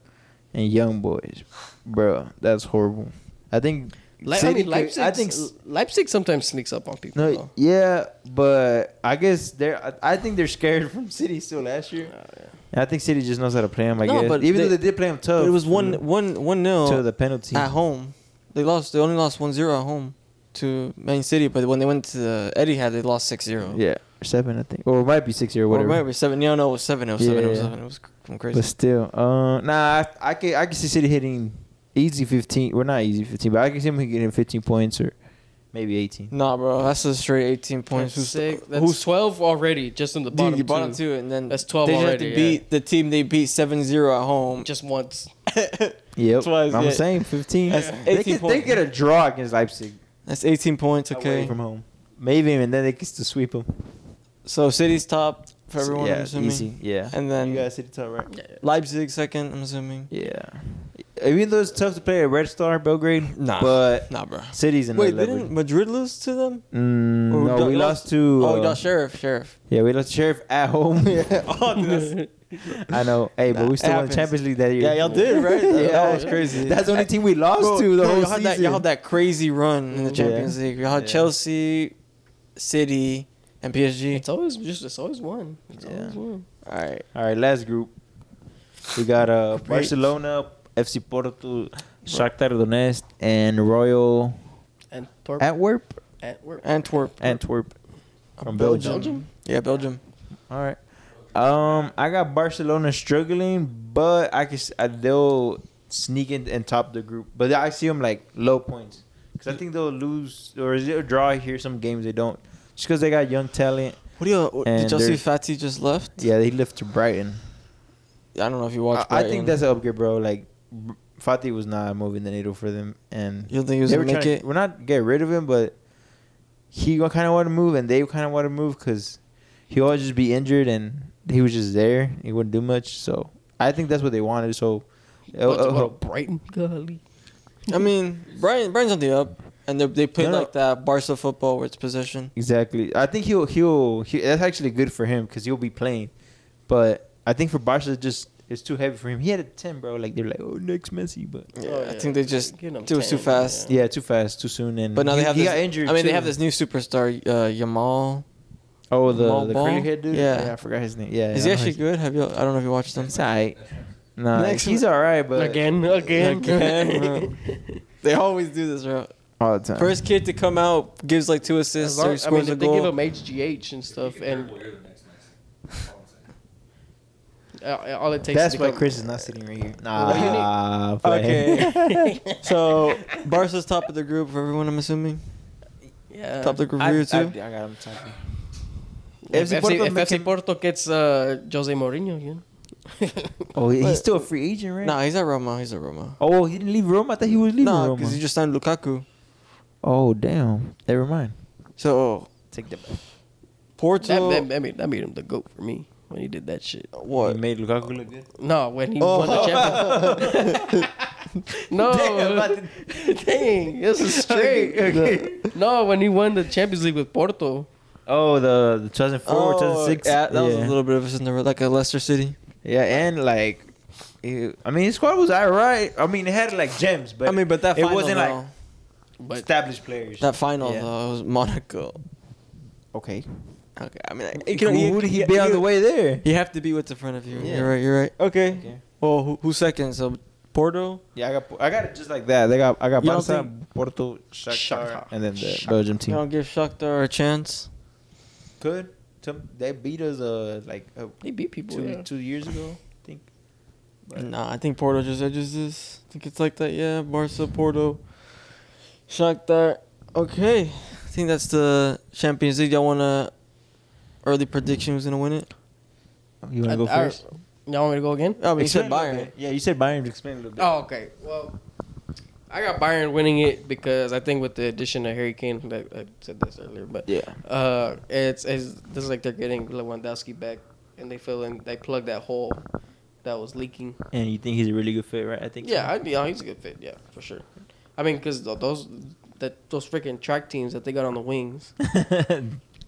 Speaker 1: and Young Boys. Bro, that's horrible. I think
Speaker 3: Le- I
Speaker 1: City
Speaker 3: mean,
Speaker 1: could-
Speaker 3: Leipzig.
Speaker 1: I think s-
Speaker 3: Leipzig sometimes sneaks up on people.
Speaker 1: no,
Speaker 2: Oh.
Speaker 3: though.
Speaker 1: yeah, but I guess they're. I, I think they're scared from (laughs) City still last year.
Speaker 2: Oh,
Speaker 1: And I think City just knows how to play him. I
Speaker 2: No,
Speaker 1: guess
Speaker 2: but
Speaker 1: even though
Speaker 2: they-
Speaker 1: they did play him tough,
Speaker 2: But it was one uh, one one
Speaker 1: to
Speaker 2: nil
Speaker 1: the penalty.
Speaker 2: at home. They lost. They only lost one zero at home. to Man City, but when they went to the Etihad, they lost 6-0.
Speaker 1: Yeah, seven I think, or it might be six year
Speaker 2: Or it
Speaker 1: whatever.
Speaker 2: might be seven. No, no, it was seven. It was seven. It was
Speaker 1: Yeah.
Speaker 2: seven. It was cr- crazy.
Speaker 1: But still, uh, nah, I, I can I can see City hitting easy fifteen. Well, not easy fifteen, but I can see him getting fifteen points or maybe
Speaker 2: (laughs)
Speaker 1: eighteen.
Speaker 2: Nah, bro, that's a straight 18 points.
Speaker 3: That's,
Speaker 2: Who's
Speaker 3: six, that's
Speaker 2: who's
Speaker 3: 12 already, just in the bottom
Speaker 2: Dude, you
Speaker 3: two.
Speaker 2: bottom two, and then
Speaker 3: That's 12
Speaker 2: They just have
Speaker 3: already, yeah.
Speaker 2: to beat the team they beat 7-0 at home. (laughs)
Speaker 3: Just once.
Speaker 1: Yep,
Speaker 2: Twice,
Speaker 1: I'm
Speaker 2: yeah.
Speaker 1: saying fifteen.
Speaker 2: (laughs) That's
Speaker 1: They
Speaker 2: 18
Speaker 1: could they
Speaker 2: points.
Speaker 1: get a draw against Leipzig
Speaker 2: That's 18 points.
Speaker 1: away
Speaker 2: Okay,
Speaker 1: from home. Maybe even then they could still sweep them.
Speaker 2: so City's top for everyone. I'm
Speaker 1: yeah,
Speaker 2: assuming.
Speaker 1: easy. Yeah,
Speaker 2: And then
Speaker 1: you guys City top right.
Speaker 3: (laughs)
Speaker 2: Leipzig second. I'm assuming.
Speaker 1: Yeah, even though it's tough to play at Red Star Belgrade,
Speaker 2: Nah,
Speaker 1: but
Speaker 2: nah, bro.
Speaker 1: City's in
Speaker 2: Wait,
Speaker 1: level.
Speaker 2: didn't Madrid lose to them?
Speaker 1: Mm,
Speaker 2: Or we
Speaker 1: no,
Speaker 2: got-
Speaker 1: we
Speaker 2: lost-
Speaker 1: lost to.
Speaker 2: oh, we
Speaker 1: uh,
Speaker 2: got Sheriff. Sheriff.
Speaker 1: Yeah, we lost Sheriff at
Speaker 2: (laughs)
Speaker 1: home.
Speaker 2: Oh, dude, that's-
Speaker 1: I know. Hey, but
Speaker 2: Nah,
Speaker 1: we
Speaker 2: it
Speaker 1: still won
Speaker 2: happens.
Speaker 1: Champions League that year.
Speaker 2: yeah, y'all did right.
Speaker 1: (laughs)
Speaker 2: That,
Speaker 1: Yeah.
Speaker 2: that was crazy.
Speaker 1: (laughs) That's the only team we lost
Speaker 2: Bro,
Speaker 1: to the
Speaker 2: no,
Speaker 1: whole
Speaker 2: y'all had
Speaker 1: season.
Speaker 2: that, y'all had that crazy run in the
Speaker 1: Yeah.
Speaker 2: Champions League. Y'all had
Speaker 1: Yeah.
Speaker 2: Chelsea, City, and PSG.
Speaker 3: (laughs) It's always just it's always one. It's
Speaker 1: Yeah.
Speaker 3: always one.
Speaker 2: All right.
Speaker 1: All right, last group. We got uh,
Speaker 2: Great.
Speaker 1: Barcelona, FC Porto, Shakhtar Donetsk, and Royal
Speaker 3: And Torp
Speaker 1: Antwerp.
Speaker 3: Antwerp.
Speaker 2: Antwerp.
Speaker 1: Antwerp from Belgium.
Speaker 2: Belgium.
Speaker 3: Belgium?
Speaker 2: Yeah, Belgium.
Speaker 1: All right. Um, I got Barcelona struggling, but I can s- I, they'll sneak in and top the group. But I see them like low points because I think they'll lose or is it a draw here? Some games they don't just because they got young talent.
Speaker 2: What do you? What, did
Speaker 1: And
Speaker 2: y'all see
Speaker 1: they're-
Speaker 2: Fati just left?
Speaker 1: Yeah, they lift to Brighton.
Speaker 2: I don't know if you watched.
Speaker 1: I, I think that's an upgrade, bro. Like b- Fati was not moving the needle for them, and
Speaker 2: You don't think he was
Speaker 1: they
Speaker 2: gonna
Speaker 1: were
Speaker 2: make
Speaker 1: trying.
Speaker 2: it?
Speaker 1: We're not get rid of him, but he kind of want to move, and they kind of want to move because he always just be injured, and he was just there. He wouldn't do much, so I think that's what they wanted. So uh, it'll- it'll
Speaker 3: Bunch of little
Speaker 1: help.
Speaker 3: Brighton. Golly.
Speaker 2: I mean, Brian Brian's on the up, and they they play
Speaker 1: No, no.
Speaker 2: like that Barca football where it's possession.
Speaker 1: exactly. I think he'll he'll he, that's actually good for him because he'll be playing, but I think for Barca it's just. It's too heavy for him. He had a ten, bro. Like they're like, oh, next Messi, but
Speaker 2: Yeah,
Speaker 3: Oh,
Speaker 2: I
Speaker 3: yeah.
Speaker 2: think they just
Speaker 3: Get 'em
Speaker 2: do it too
Speaker 3: 10,
Speaker 2: fast.
Speaker 1: yeah, too fast, too soon, and
Speaker 2: But now
Speaker 1: he-
Speaker 2: they have
Speaker 1: he
Speaker 2: this,
Speaker 1: got injured.
Speaker 2: I mean, they
Speaker 1: too.
Speaker 2: have this new superstar, uh, Yamal.
Speaker 1: Oh, the,
Speaker 2: Mo
Speaker 1: the
Speaker 2: Ball?
Speaker 1: curly head dude.
Speaker 2: Yeah.
Speaker 1: I forgot his name. Yeah,
Speaker 2: Is he
Speaker 1: yeah, I know
Speaker 2: actually
Speaker 1: his-
Speaker 2: good? Have you? I don't know if you watched him.
Speaker 1: It's alright. Nah,
Speaker 2: Next
Speaker 1: he's
Speaker 2: one.
Speaker 1: alright, but
Speaker 3: again, again.
Speaker 2: Again,
Speaker 3: (laughs)
Speaker 2: bro. They always do this, bro.
Speaker 1: all the time.
Speaker 2: First kid to come out gives like two assists
Speaker 3: As long-
Speaker 2: or
Speaker 3: I mean,
Speaker 2: scores
Speaker 3: they
Speaker 2: a
Speaker 3: give
Speaker 2: goal.
Speaker 3: him HGH and stuff, and uh, (laughs) all it takes.
Speaker 1: that's
Speaker 3: to
Speaker 1: why
Speaker 3: become-
Speaker 1: Chris is not
Speaker 3: (laughs)
Speaker 1: sitting right here.
Speaker 3: Well, you need-
Speaker 1: Nah, (laughs) okay.
Speaker 2: Okay. so Barca's top of the group for everyone. I'm assuming
Speaker 3: Yeah.
Speaker 2: top of the group
Speaker 1: I, I,
Speaker 2: for
Speaker 1: I
Speaker 2: you
Speaker 1: got
Speaker 2: too.
Speaker 1: him. Talking.
Speaker 3: If
Speaker 1: FC
Speaker 3: FC,
Speaker 1: Porto
Speaker 3: if
Speaker 1: making-
Speaker 3: FC Porto gets uh, Jose Mourinho, you know.
Speaker 1: Oh, he-
Speaker 2: But-
Speaker 1: he's still a free agent, right?
Speaker 2: Nah, he's at Roma. He's at Roma.
Speaker 1: Oh, he didn't leave Rome. I thought he was leaving
Speaker 2: Nah,
Speaker 1: Roma.
Speaker 2: because he just signed Lukaku.
Speaker 1: oh, damn. Never mind.
Speaker 2: So
Speaker 1: Take the.
Speaker 2: Porto.
Speaker 3: that, that, that, made, that made him the goat for me when he did that shit.
Speaker 2: what?
Speaker 1: He made Lukaku (laughs) look good.
Speaker 3: No, when he
Speaker 2: Oh.
Speaker 3: won the championship.
Speaker 1: (laughs)
Speaker 3: no,
Speaker 1: Damn,
Speaker 3: (laughs) dang, this
Speaker 1: (laughs)
Speaker 3: is straight. No, when he won the Champions League with Porto,
Speaker 1: Oh, the, the 2004,
Speaker 2: Oh,
Speaker 1: 2006.
Speaker 2: Yeah, that was a little bit of a Cinderella, like a Leicester City.
Speaker 1: Yeah, and like, it, I mean, his squad was alright. I mean, it had like gems, but
Speaker 2: I mean, but that
Speaker 1: it
Speaker 2: final,
Speaker 1: wasn't
Speaker 2: though,
Speaker 1: like
Speaker 3: but
Speaker 1: established players.
Speaker 2: that final
Speaker 1: Yeah.
Speaker 2: though it was Monaco.
Speaker 1: Okay.
Speaker 2: Okay, I mean, like,
Speaker 1: Who,
Speaker 2: you can- you-
Speaker 1: who did he
Speaker 2: you-
Speaker 1: be on
Speaker 2: you-
Speaker 1: the way there?
Speaker 2: You have to be what's in front of you.
Speaker 1: Yeah.
Speaker 2: You're right. You're right. Okay.
Speaker 1: Okay.
Speaker 2: Well, who, who's second? So Porto.
Speaker 1: Yeah, I got I got it just like that. They got I got
Speaker 2: You don't
Speaker 1: Barca,
Speaker 2: think-
Speaker 1: Porto,
Speaker 3: Shakhtar.
Speaker 1: Shakhtar, and then the Belgium
Speaker 2: You
Speaker 1: team.
Speaker 2: don't give Shakhtar a chance.
Speaker 1: Could Tim- they beat us uh like uh,
Speaker 3: they beat people.
Speaker 1: two
Speaker 3: yeah.
Speaker 1: two years ago? I think. But-
Speaker 2: Nah, I think Porto just edges this. I think it's like that. Yeah, Barca, Porto, Shakhtar. Okay, I think that's the Champions League. Y'all want to early prediction who's gonna win it? Oh,
Speaker 1: You wanna
Speaker 3: I-
Speaker 1: go
Speaker 3: I-
Speaker 1: first?
Speaker 3: Y'all want me to go again?
Speaker 2: I mean, you said
Speaker 1: Explain a little
Speaker 2: Bayern.
Speaker 1: bit. Yeah, you said Bayern. Explain a little bit.
Speaker 3: Oh, okay. Well, I got Byron winning it because I think with the addition of Harry Kane, like I said this earlier, but
Speaker 1: Yeah.
Speaker 3: uh, it's, it's this is like they're getting Lewandowski back, and they fill in, they plug that hole that was leaking.
Speaker 1: And you think he's a really good fit, right? I think. (laughs)
Speaker 3: Yeah,
Speaker 1: So.
Speaker 3: I'd be honest, he's a good fit. Yeah, for sure. I mean, because those that those freaking track teams that they got on the wings,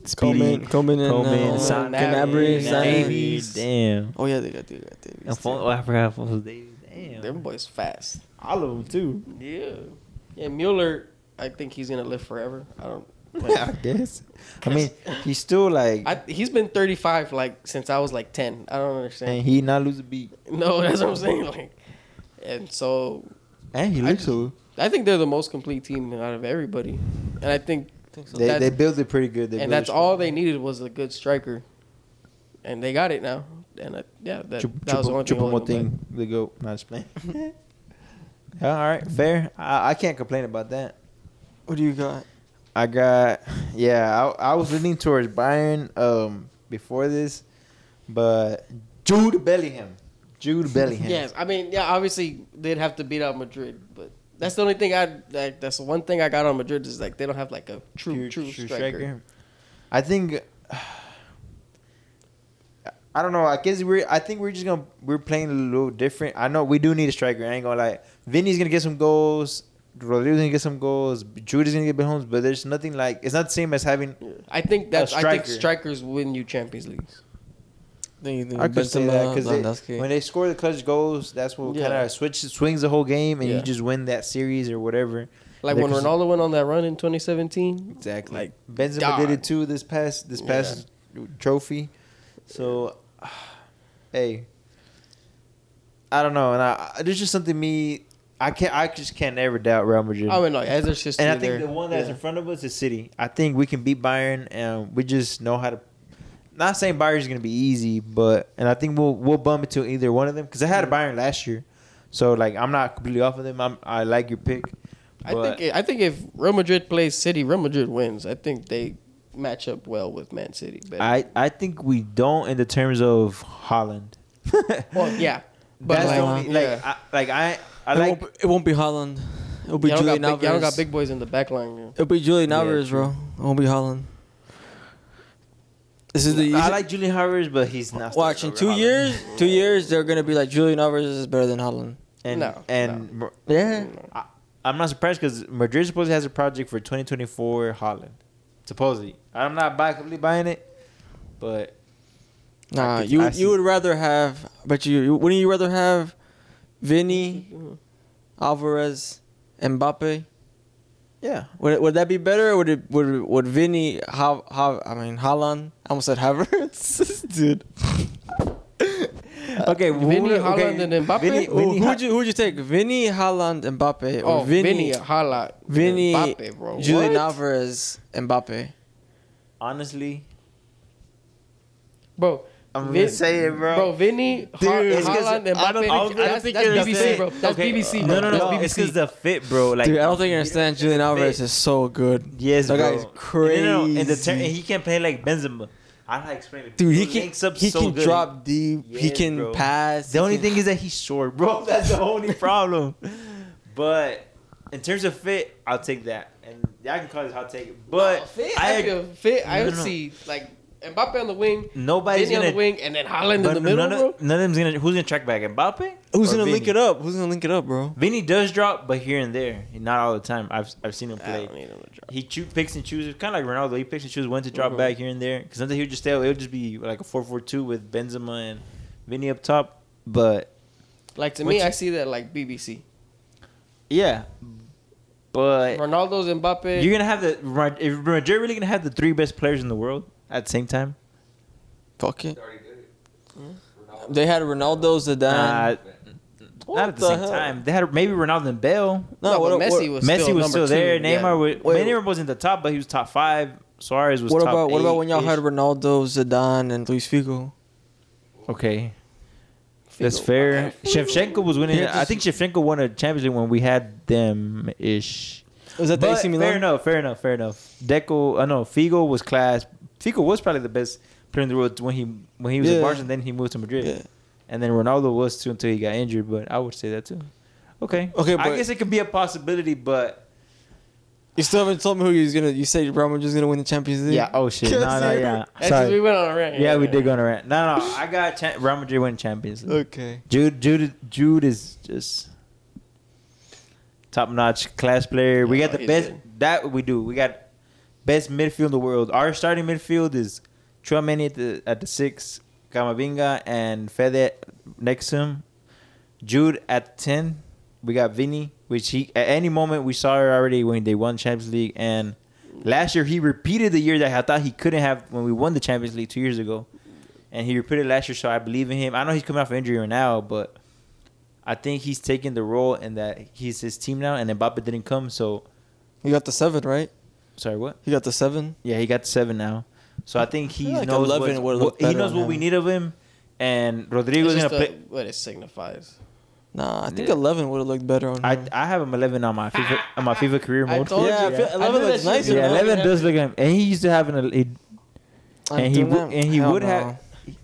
Speaker 1: Speedy,
Speaker 2: Coleman, Coleman, and
Speaker 1: Coleman,
Speaker 2: uh,
Speaker 1: Son-
Speaker 2: Gnabry,
Speaker 3: Gnabry,
Speaker 2: Son-
Speaker 3: Davies.
Speaker 1: Damn.
Speaker 2: Oh yeah, they got they got Davies.
Speaker 1: And
Speaker 2: too.
Speaker 1: Fon- oh, I forgot Alfonso Davies. Damn.
Speaker 3: them boys fast.
Speaker 1: all of them too.
Speaker 3: Yeah, yeah. Mueller, I think he's gonna live forever.
Speaker 1: (laughs)
Speaker 3: I don't.
Speaker 1: Yeah, (laughs) I guess. I mean, he's still like,
Speaker 3: I, he's been 35 like since I was like 10. I don't understand.
Speaker 1: and he not lose a beat,
Speaker 3: (laughs) No, that's what I'm saying. Like, and so
Speaker 1: and he
Speaker 3: I
Speaker 1: looks
Speaker 3: just-
Speaker 1: old.
Speaker 3: I think they're the most complete team out of everybody. and I think,
Speaker 1: They,
Speaker 3: that's-
Speaker 1: they built it pretty good. They built
Speaker 3: and that's
Speaker 1: it-
Speaker 3: all they needed was a good striker, and they got it now. And I, yeah, that,
Speaker 1: Chup-
Speaker 3: that was
Speaker 1: Chupa-
Speaker 3: the only thing.
Speaker 1: Chupa
Speaker 3: holding them back.
Speaker 1: Moting, the goat. Not just playing. yeah,
Speaker 3: (laughs)
Speaker 1: all right, fair. I, I can't complain about that.
Speaker 2: What do you got?
Speaker 1: I got yeah. I, I was leaning towards Bayern um before this, but Jude Bellingham,
Speaker 3: (laughs)
Speaker 1: Jude Bellingham.
Speaker 3: Yes, I mean, yeah, obviously they'd have to beat out Madrid, but that's the only thing I like. That's the one thing I got on Madrid is like they don't have like a
Speaker 1: True-
Speaker 3: true true,
Speaker 1: true
Speaker 3: striker.
Speaker 1: I think. (sighs) I don't know. I guess we're. I think we're just gonna we're playing a little different. I know we do need a striker. I ain't gonna lie. Vinny's gonna get some goals. Rodrigo's gonna get some goals. Jude is gonna get goals. But there's nothing like it's not the same as having.
Speaker 3: I think that's I
Speaker 1: striker.
Speaker 3: think strikers win you Champions Leagues.
Speaker 2: Then you think
Speaker 1: I could say that because
Speaker 2: Lewandowski.
Speaker 1: when they score the clutch goals, that's what
Speaker 3: Yeah.
Speaker 1: kind of switch swings the whole game, and
Speaker 3: Yeah.
Speaker 1: you just win that series or whatever.
Speaker 3: Like
Speaker 1: They
Speaker 3: when
Speaker 1: could-
Speaker 3: Ronaldo went on that run in 2017.
Speaker 1: Exactly.
Speaker 3: Like,
Speaker 1: Benzema
Speaker 3: dog.
Speaker 1: did it too this past this past trophy. So, hey, I don't know, and I, I- there's just something me. I can't. I just can't ever doubt Real Madrid.
Speaker 3: I mean, like as there's just
Speaker 1: and I think the one that's in front of us is City. I think we can beat Bayern, and we just know how to. Not saying Bayern's gonna be easy, but and I think we'll we'll bump into either one of them because I had a Bayern last year, so like I'm not completely off of them. I'm, I like your pick.
Speaker 3: I
Speaker 1: but-
Speaker 3: think I think if Real Madrid plays City, Real Madrid wins. I think they match up well with Man City. But
Speaker 1: I, I think we don't in the terms of Holland.
Speaker 3: well, yeah, but
Speaker 1: That's
Speaker 3: like,
Speaker 1: the only, like,
Speaker 3: yeah.
Speaker 1: I, like I I
Speaker 2: it,
Speaker 1: like
Speaker 2: won't, be- it won't be Holland. It'll be
Speaker 3: y'all,
Speaker 2: Julian
Speaker 3: got
Speaker 2: Alvarez.
Speaker 3: big, y'all got big boys in the back line. man.
Speaker 2: It'll be Julian
Speaker 1: Yeah,
Speaker 2: Alvarez, bro. It won't be Holland. This is the
Speaker 1: I like Julian Alvarez, but he's not.
Speaker 2: watch in
Speaker 1: starting
Speaker 2: two
Speaker 1: over Haaland.
Speaker 2: years. Two years they're gonna be like Julian Alvarez is better than Holland.
Speaker 1: and
Speaker 3: No,
Speaker 1: and Mer-
Speaker 2: Yeah.
Speaker 1: I'm not surprised because Madrid supposedly has a project for 2024 Holland. Supposedly, I'm not buy, completely buying it, but
Speaker 2: Nah,
Speaker 1: could-
Speaker 2: you
Speaker 1: I see.
Speaker 2: you would rather have, but you you- wouldn't you rather have Vinny, Alvarez, Mbappe?
Speaker 1: yeah,
Speaker 2: Would would that be better? Or would it would would Vinny have have I mean Holland? I almost said Havertz, (laughs) dude.
Speaker 1: okay.
Speaker 3: Uh, Vinny,
Speaker 1: okay,
Speaker 3: Haaland, and Mbappe?
Speaker 1: Vinny,
Speaker 2: Who
Speaker 1: Vinny,
Speaker 2: would you who'd you take? Vinny, Holland, Mbappe, or
Speaker 3: Oh, Vinny,
Speaker 2: Vinny,
Speaker 3: Hala,
Speaker 2: Vinny,
Speaker 3: Mbappe, bro.
Speaker 2: Julian
Speaker 3: What?
Speaker 2: Alvarez, Mbappe?
Speaker 1: honestly,
Speaker 3: bro.
Speaker 1: I'm gonna
Speaker 3: Vin-
Speaker 1: say it, bro.
Speaker 3: Bro, Vinny, Har-
Speaker 1: Dude, it's 'cause
Speaker 3: Haaland, and Mbappe.
Speaker 1: I don't- I don't
Speaker 3: that's,
Speaker 1: think
Speaker 3: that's
Speaker 1: you
Speaker 3: BBC,
Speaker 1: understand.
Speaker 3: bro. That's
Speaker 1: Okay.
Speaker 3: BBC.
Speaker 1: No,
Speaker 3: bro.
Speaker 1: no, no.
Speaker 3: That's
Speaker 1: It's
Speaker 3: BBC.
Speaker 1: because the fit, bro. Like,
Speaker 2: Dude, I don't think you understand. Julian Alvarez is so good.
Speaker 1: Yes,
Speaker 2: That
Speaker 1: bro.
Speaker 2: guy is
Speaker 1: No, no, no. And, uh, the ter-
Speaker 2: crazy.
Speaker 1: and he can play like Benzema. I don't explain it.
Speaker 2: Dude, he
Speaker 1: Bro,
Speaker 2: can
Speaker 1: links up
Speaker 2: he
Speaker 1: so
Speaker 2: can
Speaker 1: good.
Speaker 2: drop deep. he
Speaker 1: Yes,
Speaker 2: can
Speaker 1: bro.
Speaker 2: pass.
Speaker 1: The
Speaker 2: he
Speaker 1: only
Speaker 2: can-
Speaker 1: thing is that he's short, bro. (laughs) That's the only problem. But in terms of fit, I'll take that, and I can call this hot take. But
Speaker 3: Oh, fit, I,
Speaker 1: I,
Speaker 3: feel fit. I
Speaker 1: No,
Speaker 3: would
Speaker 1: no, no.
Speaker 3: see like Mbappe on the wing,
Speaker 1: nobody's
Speaker 3: Vinny on
Speaker 1: gonna.
Speaker 3: the wing, and then Holland in
Speaker 1: but
Speaker 3: the
Speaker 1: none,
Speaker 3: middle, bro.
Speaker 1: of, none of them's gonna. Who's gonna track back? Mbappe?
Speaker 2: who's
Speaker 1: Or
Speaker 2: gonna link
Speaker 1: Vinny?
Speaker 2: it up? Who's gonna link it up, bro?
Speaker 1: Vinny does drop, but here and there, not all the time. I've I've seen him
Speaker 3: I
Speaker 1: play.
Speaker 3: don't need him to drop.
Speaker 1: He choo- picks and chooses, kind of like Ronaldo. He picks and chooses when to drop
Speaker 3: Mhm.
Speaker 1: back here and there. Because sometimes he would just stay. It would just be like a four-four-two with Benzema and Vinny up top. But
Speaker 3: Like to
Speaker 1: What
Speaker 3: me,
Speaker 1: you-
Speaker 3: I see that like BBC.
Speaker 1: yeah, but
Speaker 3: Ronaldo's Mbappe.
Speaker 1: You're gonna have the Rod- if Madrid really gonna have the three best players in the world at the same time?
Speaker 2: Fuck it. They had Ronaldo,
Speaker 1: Uh,
Speaker 2: Zidane.
Speaker 1: not at the,
Speaker 2: the
Speaker 1: same
Speaker 2: hell?
Speaker 1: time. They had maybe Ronaldo and Bale.
Speaker 3: no,
Speaker 2: no,
Speaker 3: but
Speaker 2: what,
Speaker 3: Messi
Speaker 2: what,
Speaker 3: was
Speaker 1: Messi
Speaker 3: still
Speaker 1: was still
Speaker 3: number
Speaker 1: there.
Speaker 3: Two.
Speaker 1: Neymar
Speaker 3: yeah.
Speaker 1: was
Speaker 2: Wait,
Speaker 1: Neymar wasn't the top, but he was top five. Suarez was
Speaker 2: what
Speaker 1: top
Speaker 2: about what about when y'all
Speaker 1: eight-ish.
Speaker 2: had Ronaldo, Zidane, and Luis Figo?
Speaker 1: Okay, that's fair. Shevchenko was winning.
Speaker 2: Yeah,
Speaker 1: I think Shevchenko won a Champions League when we had them ish.
Speaker 2: Was that the
Speaker 1: But
Speaker 2: AC Milan?
Speaker 1: fair enough, fair enough, fair enough. Deco, I uh, know Figo was class. Figo was probably the best player in the world when he when he was
Speaker 2: Yeah.
Speaker 1: at Barca, and then he moved to Madrid,
Speaker 2: Yeah.
Speaker 1: and then Ronaldo was too until he got injured. But I would say that too. Okay,
Speaker 2: Okay,
Speaker 1: I
Speaker 2: but-
Speaker 1: guess it could be a possibility, but
Speaker 2: You still haven't told me who you was gonna. You said Real Madrid's gonna win the Champions League.
Speaker 1: yeah. Oh (laughs) shit,
Speaker 2: Yes,
Speaker 1: no, no,
Speaker 2: sir.
Speaker 1: yeah.
Speaker 3: That's 'cause we
Speaker 1: Sorry.
Speaker 3: went on a rant.
Speaker 1: Yeah, we did go on a rant. No, no, I got cha- Real Madrid win Champions League.
Speaker 2: Okay.
Speaker 1: Jude, Jude, Jude is just top notch class player. We
Speaker 3: Yeah,
Speaker 1: got the
Speaker 3: he's
Speaker 1: best
Speaker 3: good.
Speaker 1: that we do. We got best midfield in the world. Our starting midfield is Chouameni at the at the six, Kamavinga and Fede next to him. Jude at ten. We got Vinny, which he at any moment we saw her already when they won Champions League and. Last year he repeated the year that I thought he couldn't have when we won the Champions League two years ago and he repeated last year, so I believe in him. I know he's coming off an injury right now, but I think he's taking the role and that he's his team now. And Mbappe didn't come, so
Speaker 2: You got the seven, right?
Speaker 1: Sorry, what?
Speaker 2: He got the seven.
Speaker 1: Yeah, he got to seven now. So I think he
Speaker 2: I feel like
Speaker 1: knows
Speaker 2: 11
Speaker 1: what,
Speaker 2: would've looked
Speaker 1: he
Speaker 2: better
Speaker 1: knows
Speaker 2: on
Speaker 1: what we
Speaker 2: him.
Speaker 1: need of him. And Rodrigo's
Speaker 3: It's
Speaker 1: gonna
Speaker 3: just
Speaker 1: play.
Speaker 3: the- what it signifies.
Speaker 2: Nah, I think
Speaker 1: Yeah.
Speaker 2: eleven would have looked better on him.
Speaker 1: I I have him eleven on my FIFA on my FIFA career
Speaker 3: I
Speaker 1: mode.
Speaker 3: told
Speaker 2: Yeah, I
Speaker 3: you.
Speaker 2: feel-
Speaker 3: I
Speaker 2: eleven looks
Speaker 3: knew that shit
Speaker 2: nicer
Speaker 3: was
Speaker 1: yeah,
Speaker 2: than
Speaker 3: gonna
Speaker 1: eleven
Speaker 3: happen.
Speaker 1: does look at him, and he used to have an. He,
Speaker 2: I
Speaker 1: and he
Speaker 2: don't
Speaker 1: would-
Speaker 2: know.
Speaker 1: and he
Speaker 2: Hell
Speaker 1: would
Speaker 2: no.
Speaker 1: have-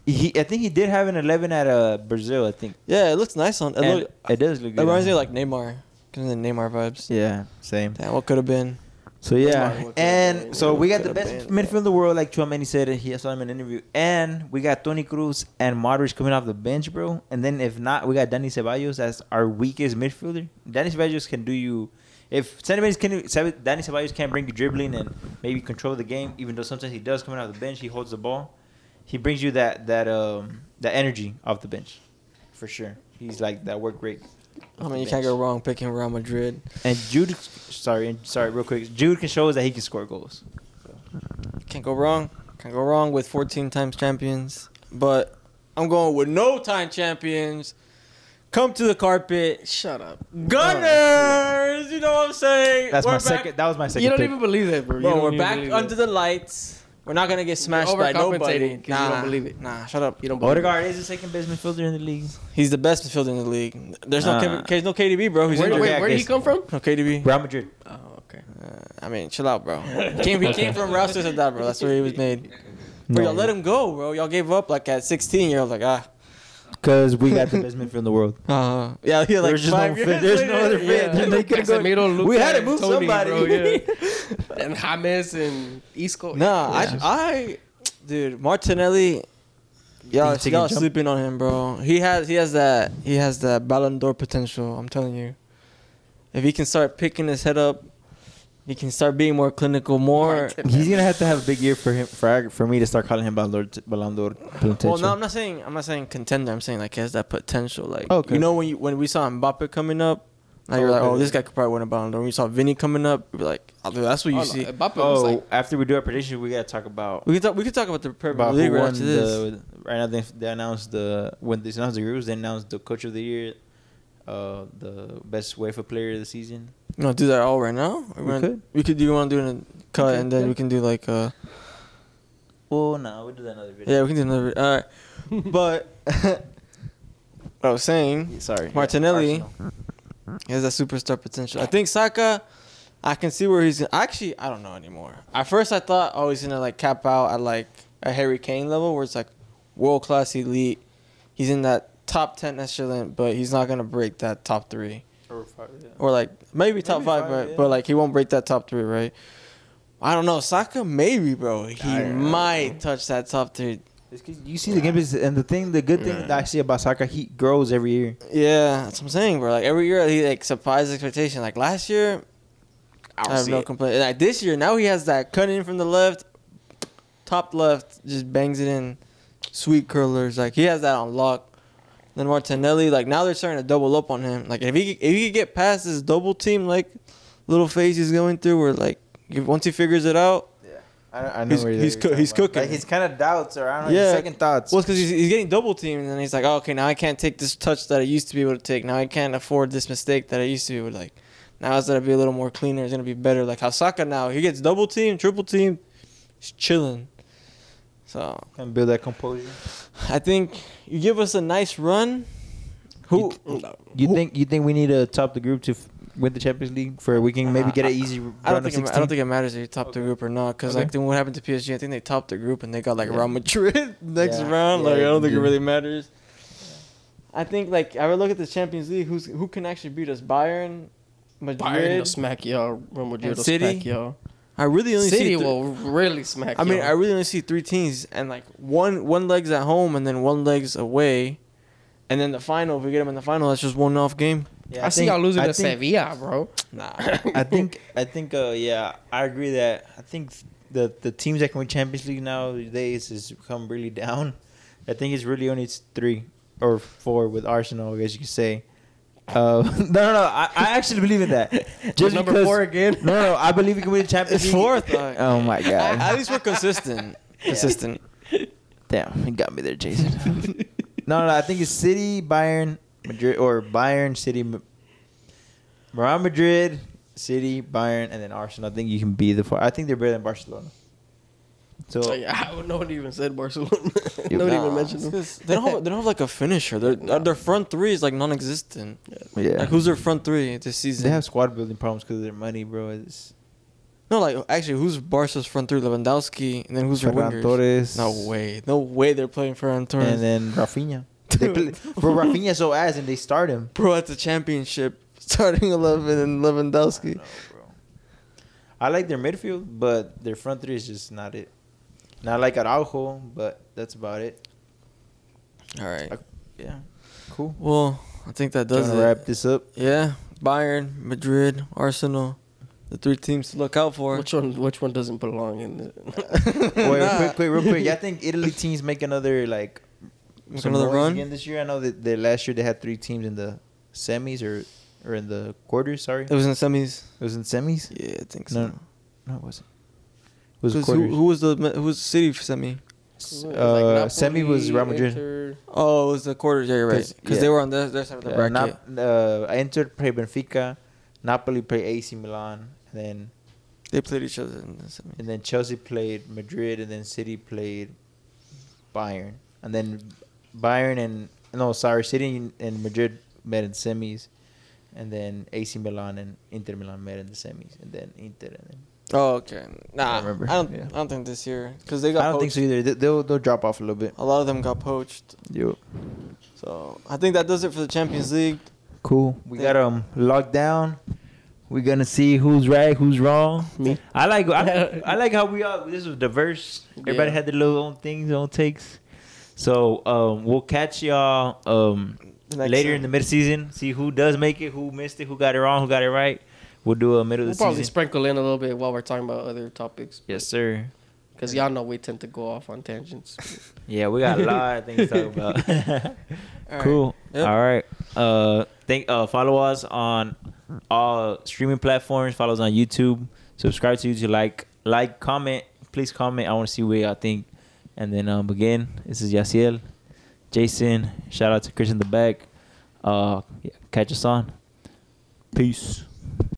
Speaker 1: he I think he did have an eleven at uh Brazil. I think
Speaker 2: Yeah, it looks nice on. It,
Speaker 1: And
Speaker 2: look,
Speaker 1: it does look.
Speaker 2: it
Speaker 1: good on
Speaker 2: reminds me
Speaker 1: him.
Speaker 2: of like Neymar, kind of the Neymar vibes.
Speaker 1: yeah, same.
Speaker 2: Damn, what could have been?
Speaker 1: So
Speaker 3: Neymar
Speaker 1: yeah,
Speaker 3: would have been-
Speaker 1: and so we got the
Speaker 3: could've
Speaker 1: best
Speaker 3: been,
Speaker 1: midfield in the world, like Chouamani said. He I saw him in an interview, and we got Tony Cruz and Modric coming off the bench, bro. And then if not, we got Danny Ceballos as our weakest midfielder. Danny Ceballos can do you. If Ceballos can, Ceb- Danny Ceballos can bring you dribbling and maybe control the game, even though sometimes he does coming off the bench, he holds the ball. He brings you that that um that energy off the bench, for sure. He's like that work rate.
Speaker 2: I mean, you can't go wrong picking Real Madrid.
Speaker 1: And Jude, sorry, and- sorry, real quick. Jude can show us that he can score goals.
Speaker 2: Can't go wrong. Can't go wrong with 14 times champions. But I'm going with no time champions. Come to the carpet.
Speaker 3: Shut up.
Speaker 2: Gunners! You know what I'm saying?
Speaker 1: That's my
Speaker 2: We're back-
Speaker 1: second. That was my second.
Speaker 3: You don't
Speaker 1: pick.
Speaker 3: even believe that, bro. You
Speaker 2: Bro,
Speaker 3: don't
Speaker 2: we're
Speaker 3: even
Speaker 2: back
Speaker 3: believe it.
Speaker 2: under the lights. We're not going to get smashed by nobody.
Speaker 3: overcompensating 'cause you don't believe it.
Speaker 2: Nah, shut up.
Speaker 3: You don't believe
Speaker 1: Odegaard is the second best midfielder in the league.
Speaker 2: He's the best midfielder in the league. There's no,
Speaker 1: Nah.
Speaker 2: K- there's no KDB, bro.
Speaker 3: it.
Speaker 2: He's
Speaker 3: Where,
Speaker 2: injured.
Speaker 3: wait,
Speaker 1: Yeah,
Speaker 3: where did
Speaker 1: I
Speaker 3: he
Speaker 1: guess.
Speaker 3: come from?
Speaker 2: No KDB.
Speaker 1: Real Madrid.
Speaker 3: Oh, okay.
Speaker 2: Uh, I mean, chill out,
Speaker 3: (laughs)
Speaker 2: bro. came, he came from Real Sociedad, bro. That's where he was made. Bro, y'all let him go, bro. Y'all gave up like at 16. You're like, ah.
Speaker 1: because we got the best midfield in the world.
Speaker 3: Uh-huh.
Speaker 2: Uh, yeah, he like
Speaker 1: There's just
Speaker 2: five
Speaker 1: no
Speaker 2: years
Speaker 1: fit- there's
Speaker 2: later.
Speaker 1: no other fit.
Speaker 2: Yeah.
Speaker 1: There's no- they could've gone-
Speaker 2: (laughs)
Speaker 3: Casemiro, Luka,
Speaker 1: we had to
Speaker 3: and
Speaker 1: move
Speaker 3: Tony,
Speaker 1: somebody.
Speaker 3: bro, yeah. and James and Isco.
Speaker 2: Nah,
Speaker 3: Yeah.
Speaker 2: I, I, dude, Martinelli, y'all,
Speaker 1: Think he can
Speaker 2: y'all
Speaker 1: jump?
Speaker 2: sleeping on him, bro. He has, he has that, he has that Ballon d'Or potential. I'm telling you, if he can start picking his head up, he can start being more clinical, more.
Speaker 1: (laughs) He's gonna have to have a big year for him for for me to start calling him Ballon d'Or. Ballon d'Or potential.
Speaker 2: Well, no, I'm not saying, I'm not saying contender. I'm saying like he has that potential. Like,
Speaker 1: Oh, Okay.
Speaker 2: you know, when you when we saw Mbappe coming up. Now you're like, oh, this guy could probably win a Ballon d'Or. When you saw Vinny coming up, you're like, oh, dude, that's what you
Speaker 3: Oh, no,
Speaker 2: see.
Speaker 3: Mbappe
Speaker 1: oh,
Speaker 3: was like,
Speaker 1: after we do our prediction, we gotta talk about
Speaker 2: We can talk. We can talk about the Premier
Speaker 1: about
Speaker 2: League
Speaker 1: who
Speaker 2: right
Speaker 1: won
Speaker 2: after this.
Speaker 1: the right now. They, they announced the when they announced the rules. They announced the coach of the year, uh, the best UEFA player of the season.
Speaker 2: You want to do that all right now?
Speaker 1: We
Speaker 2: Or wanna-
Speaker 1: could.
Speaker 2: We could. You want to do it in a cut,
Speaker 1: Okay,
Speaker 2: and then
Speaker 1: yeah.
Speaker 2: we can do like uh
Speaker 1: Well, no, we will do that another video.
Speaker 2: yeah, we can do another. All
Speaker 1: (laughs)
Speaker 2: right, but (laughs) what I was
Speaker 1: (laughs)
Speaker 2: saying,
Speaker 1: sorry,
Speaker 2: Martinelli.
Speaker 1: Arsenal.
Speaker 2: he has that superstar potential. I think Saka, I can see where he's gonna, actually. I don't know anymore. At first, I thought oh he's gonna like cap out at like a Harry Kane level where it's like world class elite. He's in that top ten echelon, but he's not gonna break that top three. or like maybe top
Speaker 1: Maybe
Speaker 2: five,
Speaker 1: five,
Speaker 2: but,
Speaker 1: yeah.
Speaker 2: but like he won't break that top three, right? I don't know. Saka, maybe, bro. He might touch that top three.
Speaker 1: It's 'cause you see the gameplays, and the thing, the good thing that I see about soccer, he grows every year.
Speaker 2: Yeah, that's what I'm saying, bro. Like every year, he like surprises expectation. Like last year, I, have no complaint. And like this year, now he has that cut in from the left, top left, just bangs it in, sweet curlers. Like he has that on lock. Then Martinelli, like now they're starting to double up on him. Like if he if he could get past this double team, like little phase he's going through, where like if- once he figures it out,
Speaker 1: I, I
Speaker 2: know He's- where he's you're co- talking he's about. cooking.
Speaker 1: Like his kind of doubts or I don't know,
Speaker 2: Yeah.
Speaker 1: his second thoughts.
Speaker 2: Well, because he's, he's getting double teamed, and then he's like, oh, okay, now I can't take this touch that I used to be able to take. Now I can't afford this mistake that I used to be able to like. Now it's gonna be a little more cleaner. It's gonna be better. Like Hasaka now, he gets double teamed, triple teamed, he's chilling. So
Speaker 1: and build that composure.
Speaker 2: I think you give us a nice run. Who?
Speaker 3: no.
Speaker 1: You think you think we need to top the group to f- win the Champions League for we can maybe get an easy run
Speaker 2: I don't
Speaker 1: of
Speaker 2: think it, ma-
Speaker 1: 16?
Speaker 2: I don't think it matters if you top the group or not, because like then what happened to PSG? I think they topped the group and they got like Real Madrid (laughs) next
Speaker 1: Yeah.
Speaker 2: round.
Speaker 1: Yeah,
Speaker 2: Like I don't
Speaker 1: they
Speaker 2: think it
Speaker 1: did.
Speaker 2: really matters. I think like I would look at the Champions League. Who's who can actually beat us? Bayern, Madrid.
Speaker 3: Bayern will smack y'all. Real Madrid
Speaker 2: And
Speaker 3: will
Speaker 2: City?
Speaker 3: smack y'all.
Speaker 2: I really only see.
Speaker 3: City
Speaker 2: Th-
Speaker 3: will really smack.
Speaker 2: I mean,
Speaker 3: y'all.
Speaker 2: I really only see three teams, and like one one legs at home, and then one legs away, and then the final. If we get them in the final, that's just one off game.
Speaker 1: Yeah,
Speaker 3: I, see y'all losing
Speaker 1: I
Speaker 3: to
Speaker 1: think,
Speaker 3: Sevilla, bro. (laughs)
Speaker 2: Nah.
Speaker 1: I think (laughs) I think uh, yeah, I agree that I think the the teams that can win Champions League nowadays has become really down. I think it's really only three or four with Arsenal, I guess you could say. Uh, (laughs) no, no, no. I, I actually believe in that. Just
Speaker 3: number
Speaker 1: because-
Speaker 3: four again.
Speaker 1: No, no. I believe we can win the Champions
Speaker 2: It's
Speaker 1: League.
Speaker 2: fourth, like-
Speaker 1: oh (laughs) my
Speaker 2: (laughs) At
Speaker 1: god.
Speaker 2: least
Speaker 1: (laughs)
Speaker 2: we're consistent. Consistent.
Speaker 1: Damn, he got me there, Jason. (laughs) no,
Speaker 3: (laughs)
Speaker 1: no. I think it's City, Bayern, Madrid, or Bayern City, M- Real Madrid, City, Bayern, and then Arsenal. I think you can be the four. I think they're better than Barcelona. So
Speaker 3: Oh, yeah, I- no one even said Barcelona. (laughs)
Speaker 1: You-
Speaker 3: Nobody
Speaker 2: Nah,
Speaker 3: even mentioned
Speaker 2: it's
Speaker 3: them.
Speaker 2: 'cause They don't, have, they don't have like a finisher. Their their front three is like non-existent.
Speaker 1: yeah,
Speaker 2: Like who's their front three this season?
Speaker 1: they have squad building problems because of their money, bro. It's
Speaker 2: no, like actually, who's Barca's front three? Lewandowski, and then who's their
Speaker 1: Ferran
Speaker 2: wingers?
Speaker 1: Torres.
Speaker 2: No way, no way they're playing Ferran Torres.
Speaker 1: And then Rafinha. They play, bro, Rafinha so ass, and they start him.
Speaker 2: bro at the championship (laughs) starting 11 and Lewandowski.
Speaker 1: I like their midfield, but their front three is just not it. Not like Araujo, but that's about it.
Speaker 2: All right.
Speaker 1: Yeah, cool.
Speaker 2: Well, I think that does
Speaker 1: Does
Speaker 2: it.
Speaker 1: wrap this up.
Speaker 2: Yeah, Bayern, Madrid, Arsenal, the three teams to look out for.
Speaker 3: Which one? Which one doesn't belong in?
Speaker 1: Uh,
Speaker 3: The, (laughs)
Speaker 1: Wait, real quick, quick, real
Speaker 2: (laughs)
Speaker 1: quick. Y'all think Italy teams make another like
Speaker 2: Make
Speaker 1: some
Speaker 2: another
Speaker 1: noise
Speaker 2: run?
Speaker 1: again this year? I know that, that last year they had three teams in the semis or or in the quarters. Sorry,
Speaker 2: It was in semis.
Speaker 1: it was in semis.
Speaker 2: Yeah, I think so.
Speaker 1: No, no, it wasn't. It was
Speaker 2: 'Cause
Speaker 1: quarters.
Speaker 2: who, who was the who was the city semi?
Speaker 1: S- uh, semi was Real Madrid.
Speaker 3: Inter,
Speaker 2: Oh, it was the quarters. Yeah, you're right.
Speaker 1: 'Cause-
Speaker 2: Because
Speaker 1: yeah.
Speaker 2: they were on their, their side of the
Speaker 1: Yeah,
Speaker 2: bracket.
Speaker 1: Nap- uh, Inter play Benfica, Napoli play AC Milan, and then
Speaker 2: they played each other in the semi.
Speaker 1: and then Chelsea played Madrid, and then City played Bayern, and then Bayern and no, sorry, City and- and Madrid met in semis, and then AC Milan and Inter Milan met in the semis, and then Inter. And then,
Speaker 2: Oh, okay. Nah, I,
Speaker 1: I remember,
Speaker 2: don't.
Speaker 1: yeah.
Speaker 2: I don't think this year because they got.
Speaker 1: I don't think
Speaker 2: poached.
Speaker 1: so either. They- They'll they'll drop off a little bit.
Speaker 2: A lot of them got poached.
Speaker 1: Yo,
Speaker 2: So I think that does it for the Champions League.
Speaker 1: cool. We
Speaker 2: Yeah.
Speaker 1: got um locked down. We're gonna see who's right, who's wrong.
Speaker 3: me.
Speaker 1: I like I, I like how we all this was diverse. Everybody
Speaker 3: Yeah.
Speaker 1: had their little own things, their own takes. So um, we'll catch y'all um,
Speaker 2: The next
Speaker 1: later
Speaker 2: time.
Speaker 1: in the mid season. See who does make it, who missed it, who got it wrong, who got it right. We'll do a middle
Speaker 3: We'll
Speaker 1: of the
Speaker 3: probably
Speaker 1: season.
Speaker 3: sprinkle in a little bit while we're talking about other topics.
Speaker 1: yes, sir.
Speaker 3: Because y'all know we tend to go off on tangents.
Speaker 1: Yeah, we got a lot of things (laughs) to talk about.
Speaker 2: All right.
Speaker 1: cool.
Speaker 2: Yep.
Speaker 1: All right. Uh, thank. Uh, follow us on all streaming platforms. Follow us on YouTube. Subscribe to YouTube. Like, like, comment. Please comment. I want to see what y'all think. And then um, again, this is Yasiel, Jason. Shout out to Chris in the back. Uh, yeah, catch us on. Peace.